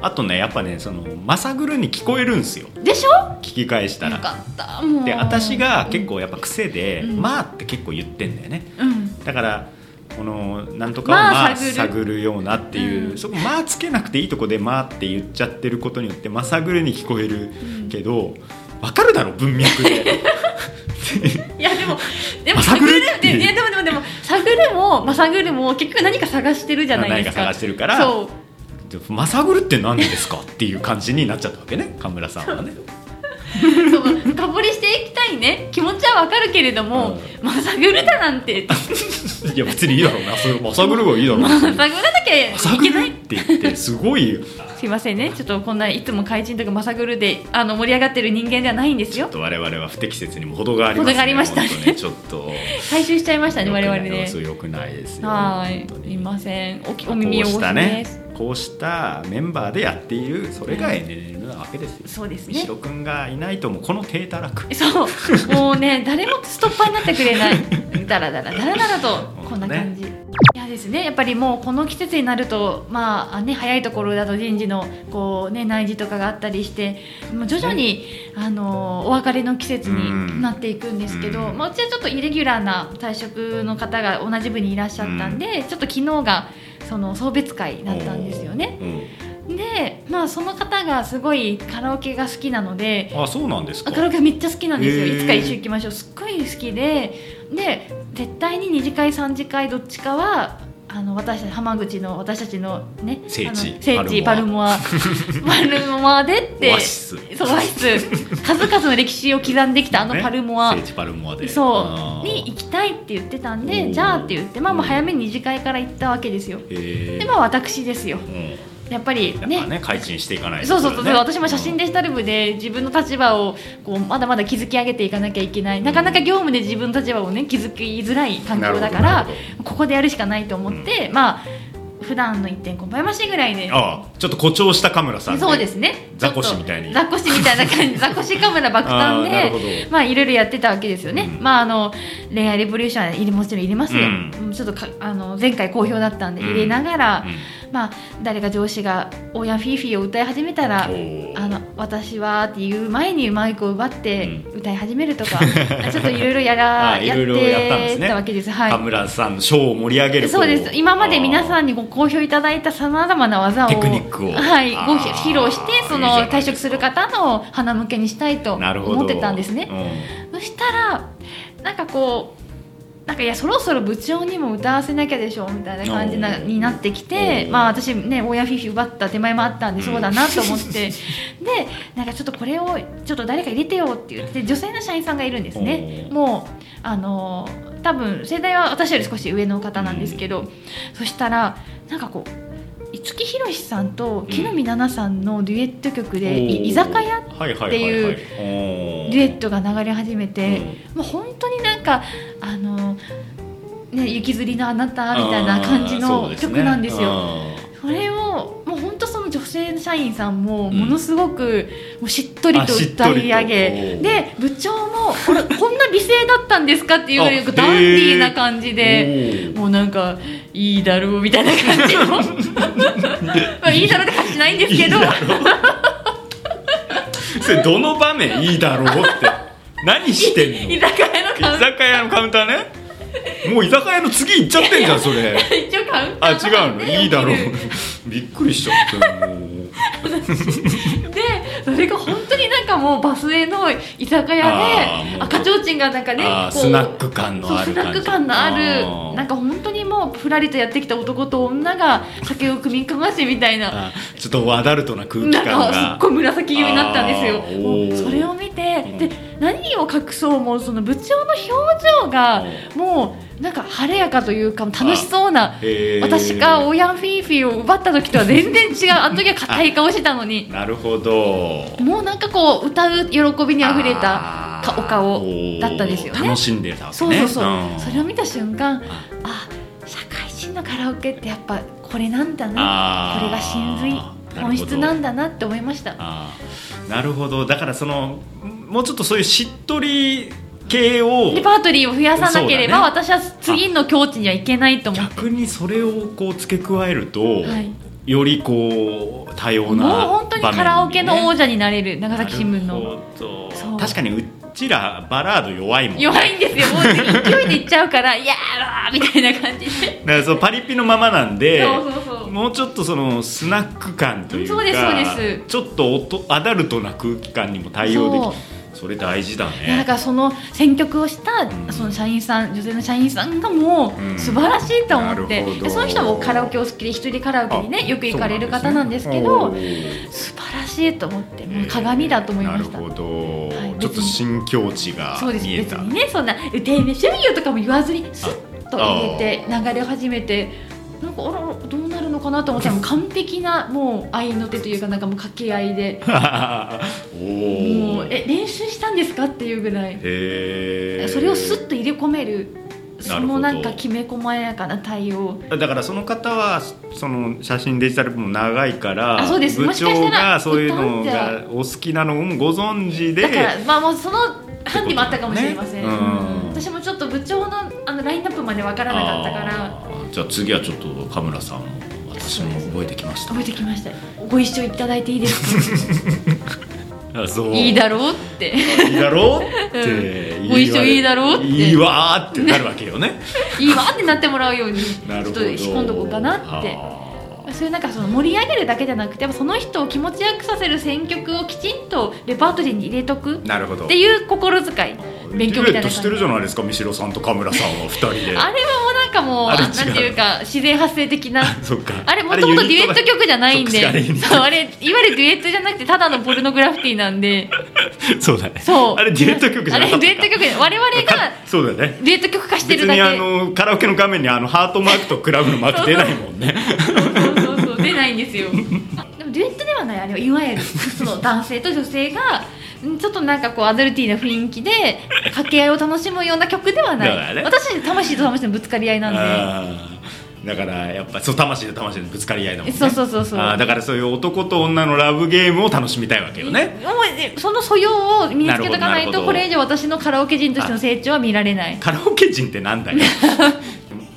Speaker 1: あとね、やっぱね、その、まさぐるに聞こえるんですよ。
Speaker 2: でしょよ
Speaker 1: 聞き返したら。
Speaker 2: かったもう
Speaker 1: で私が結構やっぱ癖で「
Speaker 2: うん
Speaker 1: まあ」って結構言ってんだよね
Speaker 2: うん
Speaker 1: だからこのなんとかを
Speaker 2: まあ
Speaker 1: まあ
Speaker 2: 探る
Speaker 1: 探るようなっていう、
Speaker 2: うん
Speaker 1: そこ「まあ」つけなくていいとこで「まあ」って言っちゃってることによって「まさぐる」に聞こえる
Speaker 2: うん
Speaker 1: けど、わかるだろ文脈で
Speaker 2: いや でもでも
Speaker 1: まさ
Speaker 2: 探
Speaker 1: ぐる
Speaker 2: る
Speaker 1: っていう
Speaker 2: でいやでもでもでも探るもまさぐるも結局何か探してるじゃないですか
Speaker 1: 何か探してるから
Speaker 2: そ
Speaker 1: 「
Speaker 2: う
Speaker 1: まさぐる」って何ですかっていう感じになっちゃったわけね神村さんはね。
Speaker 2: その深掘りしていきたいね気持ちはわかるけれども、まさぐるだなんて
Speaker 1: いや別にいいだろうなそれ「まさぐる」がいいだろう
Speaker 2: まさぐ
Speaker 1: な
Speaker 2: らなきゃい
Speaker 1: まさぐ
Speaker 2: け
Speaker 1: る
Speaker 2: ない
Speaker 1: って言ってすごい
Speaker 2: すいませんね、ちょっとこんないつも怪人とかまさぐるであの盛り上がってる人間ではないんです
Speaker 1: ちょっ
Speaker 2: よ。
Speaker 1: と我々は不適切にも程がありますね
Speaker 2: 程がありましたね
Speaker 1: 本当ねちょっと。
Speaker 2: 回収しちゃいましたね、我々ね。
Speaker 1: 良くないですよ。
Speaker 2: は
Speaker 1: 本当
Speaker 2: ーい、
Speaker 1: に
Speaker 2: いません。おきお
Speaker 1: こ
Speaker 2: 耳
Speaker 1: う
Speaker 2: を
Speaker 1: し
Speaker 2: 汚
Speaker 1: た
Speaker 2: し
Speaker 1: ね
Speaker 2: です。。
Speaker 1: こうしたメンバーでやっている、それが NNN なわけですよ。
Speaker 2: そうです
Speaker 1: 三
Speaker 2: ね
Speaker 1: 代。くんがいないともうこの低たらく。
Speaker 2: そう、もうね、誰もストッパーになってくれない。だらだらだらだらとこんな感じ。いやですねやっぱりもうこの季節になるとまあね早いところだと人事のこうね内示とかがあったりしてもう徐々に、あのお別れの季節になっていくんですけど、
Speaker 1: うん
Speaker 2: まあ、うちはちょっとイレギュラーな退職の方が同じ部にいらっしゃったんで、ちょっと昨日がその送別会だったんですよね。
Speaker 1: う
Speaker 2: でまあその方がすごいカラオケが好きなので
Speaker 1: ん、あそうなんですか
Speaker 2: カラオケめっちゃ好きなんですよ、
Speaker 1: へー
Speaker 2: いつか一緒行きましょうすっごい好きでで絶対に2次会3次会どっちかはあの私たち浜口の私たちのね
Speaker 1: 聖地
Speaker 2: あの聖地
Speaker 1: パ
Speaker 2: パ
Speaker 1: ル
Speaker 2: ル
Speaker 1: モ
Speaker 2: モア パルモアでって
Speaker 1: オアシス
Speaker 2: そうオアシス数々の歴史を刻んできたあの
Speaker 1: ね
Speaker 2: パルモア、
Speaker 1: 聖地パルモアで
Speaker 2: そうに行きたいって言ってたん
Speaker 1: お
Speaker 2: で
Speaker 1: ー
Speaker 2: じゃあって言ってまあもう早めに二次会から行ったわけですよ
Speaker 1: え
Speaker 2: でまあ私ですよ
Speaker 1: うん
Speaker 2: やっぱり
Speaker 1: やっぱね改心していかないと
Speaker 2: そうそうそう、
Speaker 1: れね
Speaker 2: 私も写真デジタル部で自分の立場をこうまだまだ築き上げていかなきゃいけないなかなか業務で自分の立場をね築きづらい環境
Speaker 1: なる
Speaker 2: だから
Speaker 1: ほどなる
Speaker 2: ここでやるしかないと思って、まあ普段の1.5倍増しぐらいで
Speaker 1: ああちょっと誇張したカムラさん、ね、
Speaker 2: そうですね
Speaker 1: ザコシみたいに
Speaker 2: ザコシみたいな 感じザコシカメラ爆誕
Speaker 1: あーなるほど
Speaker 2: でまあいろいろやってたわけですよね、
Speaker 1: うん
Speaker 2: まああの恋愛レボリューションはいりもちろん入れますよ、
Speaker 1: うん
Speaker 2: うんちょっとかあの前回好評だったんで
Speaker 1: うん
Speaker 2: 入れながら、
Speaker 1: うん
Speaker 2: まあ誰か上司が「親フィーフィー」を歌い始めたら
Speaker 1: おー
Speaker 2: あの私はっていう前にマイクを奪って歌い始めると か、ちょっといろいろや
Speaker 1: あ
Speaker 2: ら
Speaker 1: ー
Speaker 2: やっ
Speaker 1: いろいろやったんですね
Speaker 2: てたわけです。は
Speaker 1: カ
Speaker 2: い
Speaker 1: ムラさんのショーを盛り上げるこ
Speaker 2: そうです今まで皆さ
Speaker 1: ん
Speaker 2: んにご好評いただいたさまざまな技を
Speaker 1: テクニックを
Speaker 2: はい、ご
Speaker 1: あー
Speaker 2: 披露して
Speaker 1: いいじゃ
Speaker 2: その
Speaker 1: ないですか
Speaker 2: 退職する方の鼻向けにしたいと
Speaker 1: なるほど
Speaker 2: 思ってたんですね。
Speaker 1: ね、
Speaker 2: そしたらなんかこうなんかいやそろそろ部長にも歌わせなきゃでしょみたいな感じな
Speaker 1: おー
Speaker 2: になってきて
Speaker 1: おー
Speaker 2: まあ私ね親フィフィ奪った手前もあったんで
Speaker 1: うん
Speaker 2: そうだなと思ってでなんかちょっとこれをちょっと誰か入れてよって言って女性の社員さんがいるんですね
Speaker 1: おー
Speaker 2: もうあのー多分世代は私より少し上の方なんですけどそしたらなんかこう五木ひろしさんと木の実奈々さんのデュエット曲
Speaker 1: うん
Speaker 2: で「い居酒屋」っていう
Speaker 1: う
Speaker 2: デュエットが流れ始めて、
Speaker 1: う
Speaker 2: もう本当になんかあの、ね、雪吊りのあなたみたいな感じの曲なんですよ。それをもう本当その女性社員さんも
Speaker 1: うん
Speaker 2: ものすごくもうしっとりと
Speaker 1: あしっ
Speaker 2: 歌
Speaker 1: とりと
Speaker 2: い上
Speaker 1: お
Speaker 2: げ
Speaker 1: ー
Speaker 2: で部長 も「あれこんな美声だったんですか?」っていうより
Speaker 1: あ
Speaker 2: ダンディーな感じで。
Speaker 1: で
Speaker 2: もうなんかいいだろうみたいな 感じのまあいいだろうって感じないんですけど
Speaker 1: それどの場面いいだろうって何して んの
Speaker 2: 居酒屋の感
Speaker 1: 居酒屋のカウンターねもう居酒屋の次行っちゃってんじゃんそれ
Speaker 2: じ一応カウンタ
Speaker 1: あ
Speaker 2: ー
Speaker 1: 違うのいいだろう
Speaker 2: で
Speaker 1: びっくりしちゃったもう
Speaker 2: でそれが本当になんかもうバスへの居酒
Speaker 1: あ
Speaker 2: 屋
Speaker 1: ーも
Speaker 2: で
Speaker 1: う
Speaker 2: 赤ちょうちんがなんかね
Speaker 1: あー
Speaker 2: こう
Speaker 1: スナック感
Speaker 2: そう
Speaker 1: のあ
Speaker 2: ス
Speaker 1: る
Speaker 2: ナ
Speaker 1: 感
Speaker 2: ッ
Speaker 1: じ
Speaker 2: ク感のある
Speaker 1: ー
Speaker 2: なんか本当にもうふらりとやってきた男と女が酒を組み交わしてみたいな
Speaker 1: あちょっとアダルトな空気
Speaker 2: なん
Speaker 1: 感
Speaker 2: かすっ
Speaker 1: が
Speaker 2: ごい紫色になったんですよ
Speaker 1: あーおー
Speaker 2: もうそれを見て
Speaker 1: うん
Speaker 2: で何を隠そうもうその部長の表情がもうなんか晴れやかというか楽しそうな
Speaker 1: へー
Speaker 2: 私がオーヤンフィーフィーを奪った時とは全然違うあの時は硬い顔してたのに。
Speaker 1: なるほど
Speaker 2: もうなんかこう歌う喜びにあふれた
Speaker 1: あ
Speaker 2: か
Speaker 1: ー
Speaker 2: お顔だったんですよね
Speaker 1: おー楽しんでたわけ
Speaker 2: そう
Speaker 1: ね
Speaker 2: そうそう、
Speaker 1: ん
Speaker 2: それを見た瞬間
Speaker 1: あ
Speaker 2: あ社会人のカラオケってやっぱこれなんだな
Speaker 1: あー
Speaker 2: これが真髄本質なんだなって思いました
Speaker 1: あーなるほどだからそのもうちょっとそういうしっとり系を
Speaker 2: レパートリーを増やさなければ、
Speaker 1: そう
Speaker 2: 私は次の境地にはいけないと思って
Speaker 1: 逆にそれをこう付け加えると、
Speaker 2: はい
Speaker 1: よりこう多様
Speaker 2: もう
Speaker 1: な
Speaker 2: 本当にカラオケの
Speaker 1: 場面にね
Speaker 2: 王者になれる長崎新聞
Speaker 1: なる
Speaker 2: の
Speaker 1: ほど
Speaker 2: そう
Speaker 1: 確かにうちらバラード弱いもんね
Speaker 2: 弱いんですよもう勢いでいっちゃうから「 いやーみたいな感じで
Speaker 1: だからそのパリピのままなんで
Speaker 2: そうそうそう
Speaker 1: もうちょっとそのスナック感というか
Speaker 2: そうですそうです
Speaker 1: ちょっとおとアダルトな空気感にも対応でき
Speaker 2: そう
Speaker 1: それ大事だ
Speaker 2: いやだ
Speaker 1: ね
Speaker 2: からその選曲をした
Speaker 1: うん
Speaker 2: その社員さん、女性の社員さんがも
Speaker 1: うん
Speaker 2: う素晴らしいと思っ
Speaker 1: な
Speaker 2: て、
Speaker 1: るほど
Speaker 2: でその人もカラオケお好きで一人でカラオケにねよく行かれる方なんですけ
Speaker 1: そうな
Speaker 2: ど
Speaker 1: んですね
Speaker 2: 素晴らしいと思って
Speaker 1: おー
Speaker 2: もう鏡だと思いまし
Speaker 1: な
Speaker 2: た、
Speaker 1: るほど、
Speaker 2: はい
Speaker 1: ちょっと新境地が
Speaker 2: そうです
Speaker 1: 見え
Speaker 2: 別
Speaker 1: た
Speaker 2: にねそんな「歌いましょうよ」とかも言わずにスッと入れて流れ始めてなんかあらあらどうなるのかなと思ったらもう完璧なもう愛の手というかなんかもう掛け合いで
Speaker 1: お
Speaker 2: も
Speaker 1: お
Speaker 2: うえ練習したんですかっていうぐらい
Speaker 1: へえ
Speaker 2: それをスッと入れ込める
Speaker 1: な
Speaker 2: そ
Speaker 1: るほど
Speaker 2: のなんかきめ細やかな対応
Speaker 1: だからその方はその写真デジタル部も長いから
Speaker 2: あそうです
Speaker 1: 部
Speaker 2: もしかした
Speaker 1: 長
Speaker 2: ら
Speaker 1: がそういうの
Speaker 2: いたん
Speaker 1: がお好きなのもご存知で
Speaker 2: だからまあもうそのハンディもあったかもしれません、
Speaker 1: ねうん
Speaker 2: 私もちょっと部長のあのラインナップまでわからなかったから
Speaker 1: あーじゃあ次はちょっとカムラさんも私も覚えてきました
Speaker 2: 覚えてきましたご一緒いただいていいですか
Speaker 1: あそう
Speaker 2: いいだろう って
Speaker 1: いいだろうって、
Speaker 2: うんご一緒いいだろうって
Speaker 1: いいわーってなるわけよね
Speaker 2: いいわってなってもらうように
Speaker 1: なるほ
Speaker 2: ちょ
Speaker 1: ど
Speaker 2: っと仕込んどこうかなって
Speaker 1: あ
Speaker 2: そういうなんかその盛り上げるだけじゃなくてやっぱその人を気持ちよくさせる選曲をきちんとレパートリーに入れとくっ
Speaker 1: ーなるほど
Speaker 2: ていう心遣い勉強みたい
Speaker 1: ディベート
Speaker 2: な感
Speaker 1: し
Speaker 2: じ
Speaker 1: てるじゃないですか三代さんとカムラさんは二人で
Speaker 2: あれはもうなんかもう
Speaker 1: あれ違
Speaker 2: なん
Speaker 1: う
Speaker 2: ていうか自然発生的な
Speaker 1: そっか
Speaker 2: あれもともとデュエット曲じゃないんで
Speaker 1: あれユニット
Speaker 2: そうあれいわゆるデュエットじゃなくてただのポルノグラフィティなんで
Speaker 1: だそうだね
Speaker 2: そう
Speaker 1: あれデュエット曲じゃ
Speaker 2: あ
Speaker 1: な
Speaker 2: れ
Speaker 1: かったか
Speaker 2: デュエット曲で 我々が
Speaker 1: かそうだよね
Speaker 2: デュエット曲化して
Speaker 1: 別
Speaker 2: るだ
Speaker 1: に
Speaker 2: け
Speaker 1: あのカラオケの画面にあのハートマークとクラブのマーク出ないもんね
Speaker 2: そうそうそう出ないんですよあでもデュエットではないあれはいわゆるその男性と女性がんちょっとなんかこうアダルティーな雰囲気で掛け合いを楽しむような曲では
Speaker 1: だか
Speaker 2: な
Speaker 1: ら
Speaker 2: い、
Speaker 1: ね
Speaker 2: 私魂と魂のぶつかり合いなん
Speaker 1: あーだからやっぱそう魂と魂のぶつかり合いだもん
Speaker 2: で
Speaker 1: ね
Speaker 2: そうそうそうそう
Speaker 1: あーだからそういう男と女のラブゲームを楽しみたいわけよね
Speaker 2: もうえその素養を身につけと
Speaker 1: なるほ
Speaker 2: かない
Speaker 1: どなるほ
Speaker 2: と
Speaker 1: ど
Speaker 2: これ以上私のカラオケ人としての成長は見られない
Speaker 1: カラオケ人ってなんだよ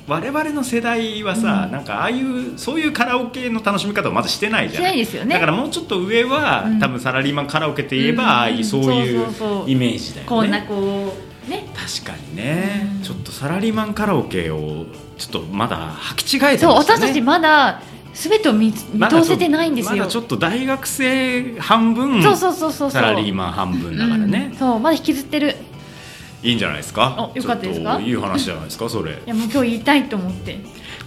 Speaker 1: 我々の世代はさ、なんかああいうそういうカラオケの楽しみ方をまずしてないじゃん
Speaker 2: してないですよね
Speaker 1: だからもうちょっと上は、
Speaker 2: うん
Speaker 1: 多分サラリーマンカラオケといえば、
Speaker 2: うん
Speaker 1: ああいうそういう
Speaker 2: そうそうそう
Speaker 1: イメージだよね
Speaker 2: こんなこうね
Speaker 1: 確かにね、
Speaker 2: うん
Speaker 1: ちょっとサラリーマンカラオケをちょっとまだ履き違えてましたね
Speaker 2: そう私たちまだ全てを見見
Speaker 1: まだ
Speaker 2: 通せてないんです
Speaker 1: ま
Speaker 2: よ、
Speaker 1: だちょっと大学生半分
Speaker 2: そうそうそうそうそう
Speaker 1: サラリーマン半分だからね
Speaker 2: うん、そうまだ引きずってる
Speaker 1: いいんじゃないですか
Speaker 2: あよかったです
Speaker 1: ち
Speaker 2: か
Speaker 1: ょといい話じゃないですかそれ
Speaker 2: いやもう今日言いたいと思って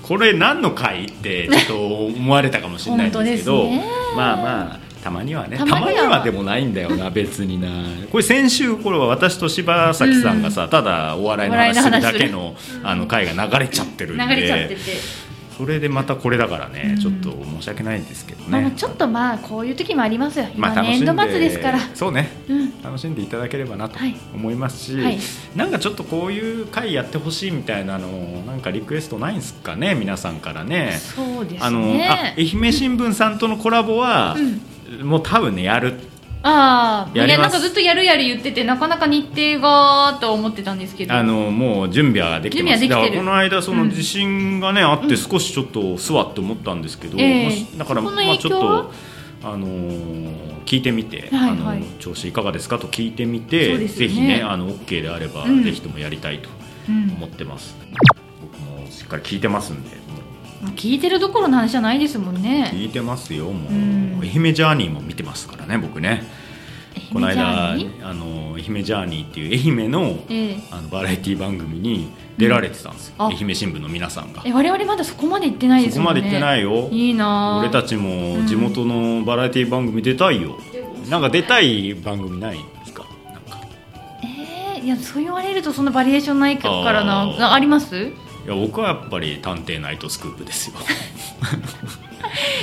Speaker 1: これ何の回ってちょっと思われたかもしれないんですけど
Speaker 2: 本当ですね
Speaker 1: まあまあたまにはねた
Speaker 2: た
Speaker 1: ま
Speaker 2: ま
Speaker 1: に
Speaker 2: に
Speaker 1: は
Speaker 2: は
Speaker 1: でもないんだよな別になこれ先週これは私と柴咲さんがさ、ただお笑いの話するだけのあの回が流れちゃってる
Speaker 2: 流
Speaker 1: んで
Speaker 2: れちゃってて、
Speaker 1: それでまたこれだからね、
Speaker 2: うん
Speaker 1: ちょっと申し訳ないんですけど
Speaker 2: まあまあ
Speaker 1: ね
Speaker 2: ちょっとまあこういう時もありますよ
Speaker 1: ま
Speaker 2: 今
Speaker 1: あ
Speaker 2: ね
Speaker 1: 楽しん
Speaker 2: 年
Speaker 1: で
Speaker 2: 度末ですから、
Speaker 1: そうね
Speaker 2: うん
Speaker 1: 楽しんでいただければなと
Speaker 2: はい
Speaker 1: 思いますし、
Speaker 2: はい
Speaker 1: なんかちょっとこういう回やってほしいみたいなのなんかリクエストないんですかね皆さんからね。
Speaker 2: そうですね
Speaker 1: あのあ愛媛新聞さんとのコラボは、もう多分ねやる
Speaker 2: ああ
Speaker 1: やります
Speaker 2: ね、なんかずっとやるやる言っててなかなか日程がと思ってたんですけど
Speaker 1: あのもう準備はできてます
Speaker 2: 準備はできて
Speaker 1: だからこ
Speaker 2: る
Speaker 1: の間その
Speaker 2: うん
Speaker 1: 地震がね、あって少しちょっとすわって思ったんですけど、
Speaker 2: ええ
Speaker 1: もしだから
Speaker 2: そこの
Speaker 1: まあ
Speaker 2: 影
Speaker 1: ち
Speaker 2: 響
Speaker 1: ょっ
Speaker 2: は
Speaker 1: とあのー聞いてみて、
Speaker 2: はいはい
Speaker 1: あの調子いかがですかと聞いてみ
Speaker 2: そ
Speaker 1: て、
Speaker 2: うです
Speaker 1: ぜ
Speaker 2: よね
Speaker 1: ひねあの OK であれば、
Speaker 2: うん
Speaker 1: ぜひともやりたいと
Speaker 2: うん
Speaker 1: 思ってます、僕もしっかり聞いてますんで
Speaker 2: 聞いてるどころの話じゃないですもんね
Speaker 1: 聞いてますよもう、
Speaker 2: うん
Speaker 1: 愛媛ジャーニーも見てますからね僕ねこの間あ
Speaker 2: 愛媛ジャーニー
Speaker 1: の愛媛ジャーニーっていう愛媛の
Speaker 2: ええ
Speaker 1: あのバラエティ番組に出られてたんですよ、
Speaker 2: うんあ
Speaker 1: 愛媛新聞の皆さんが
Speaker 2: え我々まだそこまで行ってないです
Speaker 1: そこま
Speaker 2: もんね
Speaker 1: で行ってないいよ
Speaker 2: いいな
Speaker 1: 俺た
Speaker 2: ち
Speaker 1: ちも地元のバラエティ番組出たいよ、なんか出たい番組ないですかなんか
Speaker 2: えー、いやそう言われるとそんなバリエーションないからな
Speaker 1: あー
Speaker 2: ああります
Speaker 1: いや僕はやっぱり「探偵ナイトスクープ」ですよ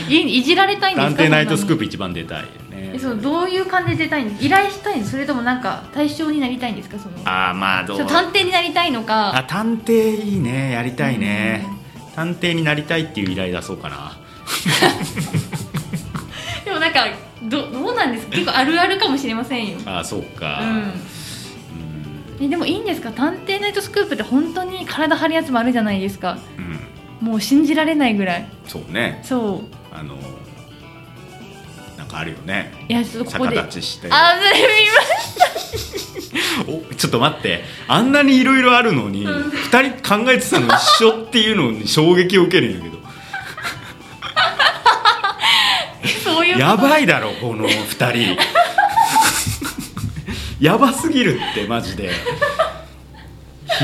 Speaker 2: いいじられたいんです
Speaker 1: 探
Speaker 2: か
Speaker 1: 偵ナイトスクー
Speaker 2: プ
Speaker 1: プ一番出たいよね
Speaker 2: えそうどういう感じで出たいんです依頼したいんですそれともなんか対象になりたいんですかその
Speaker 1: ああまあどう
Speaker 2: そう探偵になりたいのか
Speaker 1: あ探偵いいねやりたいね、探偵になりたいっていう依頼出そうかな
Speaker 2: でもなんかどどうなんですか結構あるあるかもしれませんよ
Speaker 1: あーそうか、
Speaker 2: うん、えでもいいんですか「探偵ナイトスクープ」って本当に体張るやつもあるじゃないですか
Speaker 1: うん、うん、
Speaker 2: もう信じられないぐらい
Speaker 1: そうね
Speaker 2: そう
Speaker 1: あのなんかあるよね
Speaker 2: いやちょっとここ
Speaker 1: 逆
Speaker 2: で
Speaker 1: 立ちして
Speaker 2: あそれ見まし
Speaker 1: おちょっと待ってあんなにいろいろあるのに、二
Speaker 2: うん
Speaker 1: 人考えてたの一緒っていうのに衝撃を受けるんやけど
Speaker 2: たそういうこと
Speaker 1: やばいだろこの二 人やばすぎるってマジで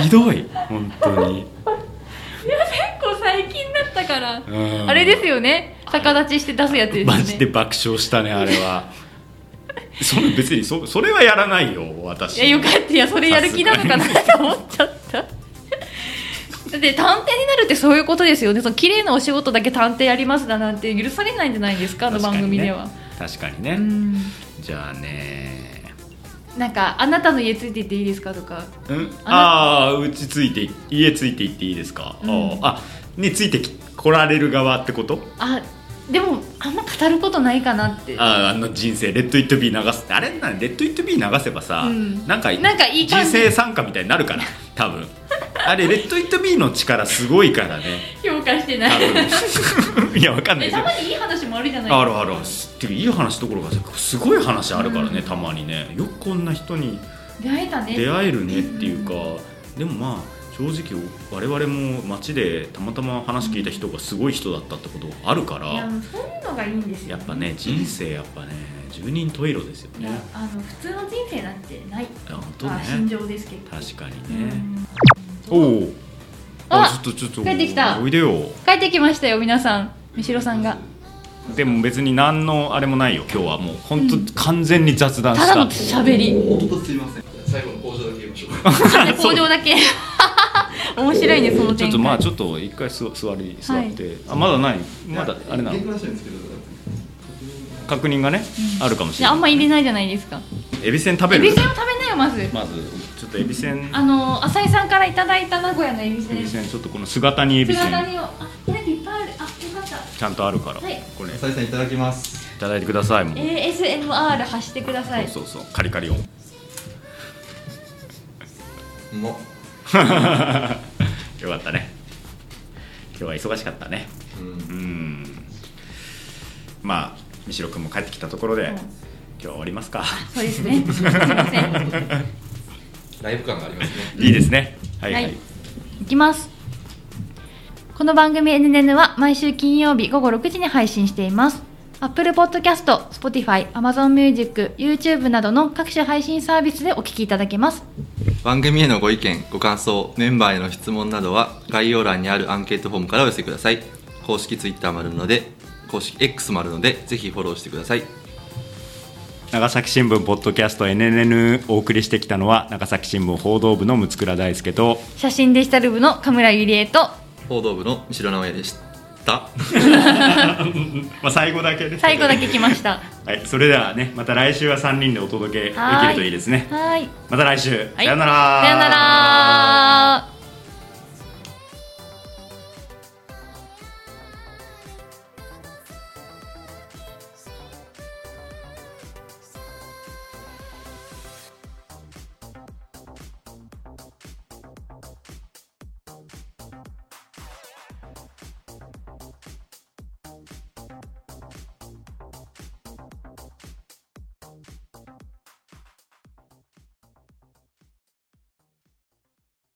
Speaker 1: ひどい本当に、
Speaker 2: 結構最近だったから、
Speaker 1: うん
Speaker 2: あれですよね逆立ちして出すやつですよね
Speaker 1: マジで爆笑したねあれはその別にそそれはやらないよ私
Speaker 2: いやよかったいやそれやる気なのかなと思っちゃっただって探偵になるってそういうことですよねその綺麗なお仕事だけ探偵やりますだなんて許されないんじゃないですかあの番組では、
Speaker 1: 確かにね
Speaker 2: う
Speaker 1: 確かにね、
Speaker 2: ん
Speaker 1: じゃあね
Speaker 2: なんか「あなたの家ついて行っていいですか?」とか
Speaker 1: うん、あ
Speaker 2: あ
Speaker 1: あうちついて家ついて行っていいですか、
Speaker 2: うん
Speaker 1: あーあねついてき来られる側ってこと
Speaker 2: あでもあんま語ることないかなって
Speaker 1: あーあの人生レッド・イット・ビー流すあれなんレッド・イット・ビー流せばさ、
Speaker 2: うん
Speaker 1: なんか
Speaker 2: なんかいい
Speaker 1: 人
Speaker 2: 感じ
Speaker 1: 生参加みたいになるから多分あれレッド・イット・ビーの力すごいからね
Speaker 2: 評価してな
Speaker 1: 多
Speaker 2: い
Speaker 1: 分いやわかんない
Speaker 2: え
Speaker 1: です
Speaker 2: た
Speaker 1: よ
Speaker 2: まにいい話もあるじゃない
Speaker 1: あるあるっていういい話どころかすごい話あるからね、たまにねよくこんな人に
Speaker 2: 出会えたね
Speaker 1: 出会えるねっていうか、でもまあ正直我々も街でたまたま話聞いた人がすごい人だったってことがあるか
Speaker 2: いや
Speaker 1: ら、
Speaker 2: そういうのがいいんですよ
Speaker 1: やっぱね人生やっぱね十人十色ですよ
Speaker 2: い
Speaker 1: ね
Speaker 2: やあの普通の人生なんてない
Speaker 1: いや本当
Speaker 2: まあ心
Speaker 1: ね
Speaker 2: 情ですけど
Speaker 1: 確か
Speaker 2: う
Speaker 1: にね、
Speaker 2: ん
Speaker 1: おお
Speaker 2: あ
Speaker 1: ちょっとちょっと
Speaker 2: 帰ってきた
Speaker 1: おいでよ
Speaker 2: 帰ってきましたよ皆さんみしろさんが
Speaker 1: でも別に何のあれもないよ今日はもう本当完全に雑談
Speaker 2: た
Speaker 1: し
Speaker 2: だ
Speaker 1: た、
Speaker 2: の喋り
Speaker 3: 音とすいません最後の工場だけ言いましょうか
Speaker 1: そう
Speaker 2: 工場だけ 面白いねその
Speaker 1: ちょ
Speaker 2: 展
Speaker 1: っ
Speaker 2: 開
Speaker 1: とまあちょっと一回座座り座って、あまだない まだあれなの
Speaker 3: 原稿らしいんですけど
Speaker 1: 確認がね、あるかもし
Speaker 2: い
Speaker 1: れ
Speaker 2: や
Speaker 1: な
Speaker 2: あ
Speaker 1: い
Speaker 2: んま入れないじゃないですか
Speaker 1: エビせん食べ
Speaker 2: エ
Speaker 1: る
Speaker 2: ビせんを食べなよまず
Speaker 1: まずちょっとエビせん
Speaker 2: あの浅井さんからいただいた名古屋のエビせ
Speaker 1: エ
Speaker 2: ん
Speaker 1: ビせんちょっとこの姿にエビせん
Speaker 2: 姿にをあこれいっぱいあるあよかった
Speaker 1: ちゃんとあるから、
Speaker 2: はい
Speaker 1: これい
Speaker 3: 浅井さんいただきます
Speaker 1: ただいてくださいもう、
Speaker 2: ASMR 発してください
Speaker 1: そうそうそうカリカリ音
Speaker 3: うまっ
Speaker 1: よかったね今日は忙しかったね
Speaker 3: うん
Speaker 1: うんまあ三代君も帰ってきたところで、
Speaker 2: うん
Speaker 1: 今日は終わりますか
Speaker 2: そうですねすいません
Speaker 3: ライブ感があります ね
Speaker 1: いいですねはいはい、
Speaker 2: はいいきますこの番組 NNN は毎週金曜日午後6時に配信しています Apple Podcast、Spotify、Amazon Music、YouTube などの各種配信サービスでお聞きいただけます
Speaker 3: 番組へのご意見ご感想メンバーへの質問などは概要欄にあるアンケートフォームからお寄せください公式 Twitter もあるので公式 X もあるのでぜひフォローしてください
Speaker 1: 長崎新聞ポッドキャスト NNN お送りしてきたのは長崎新聞報道部の六倉大輔と
Speaker 2: 写真デジタル部の神村ゆりえと
Speaker 3: 報道部の三代直哉でした
Speaker 1: まあ最後だけです
Speaker 2: 最後だけ来ま した
Speaker 1: はい、それではねまた来週は3人でお届けできるといいですね
Speaker 2: はい
Speaker 1: また来週、
Speaker 2: はい
Speaker 1: さよな
Speaker 2: さよなら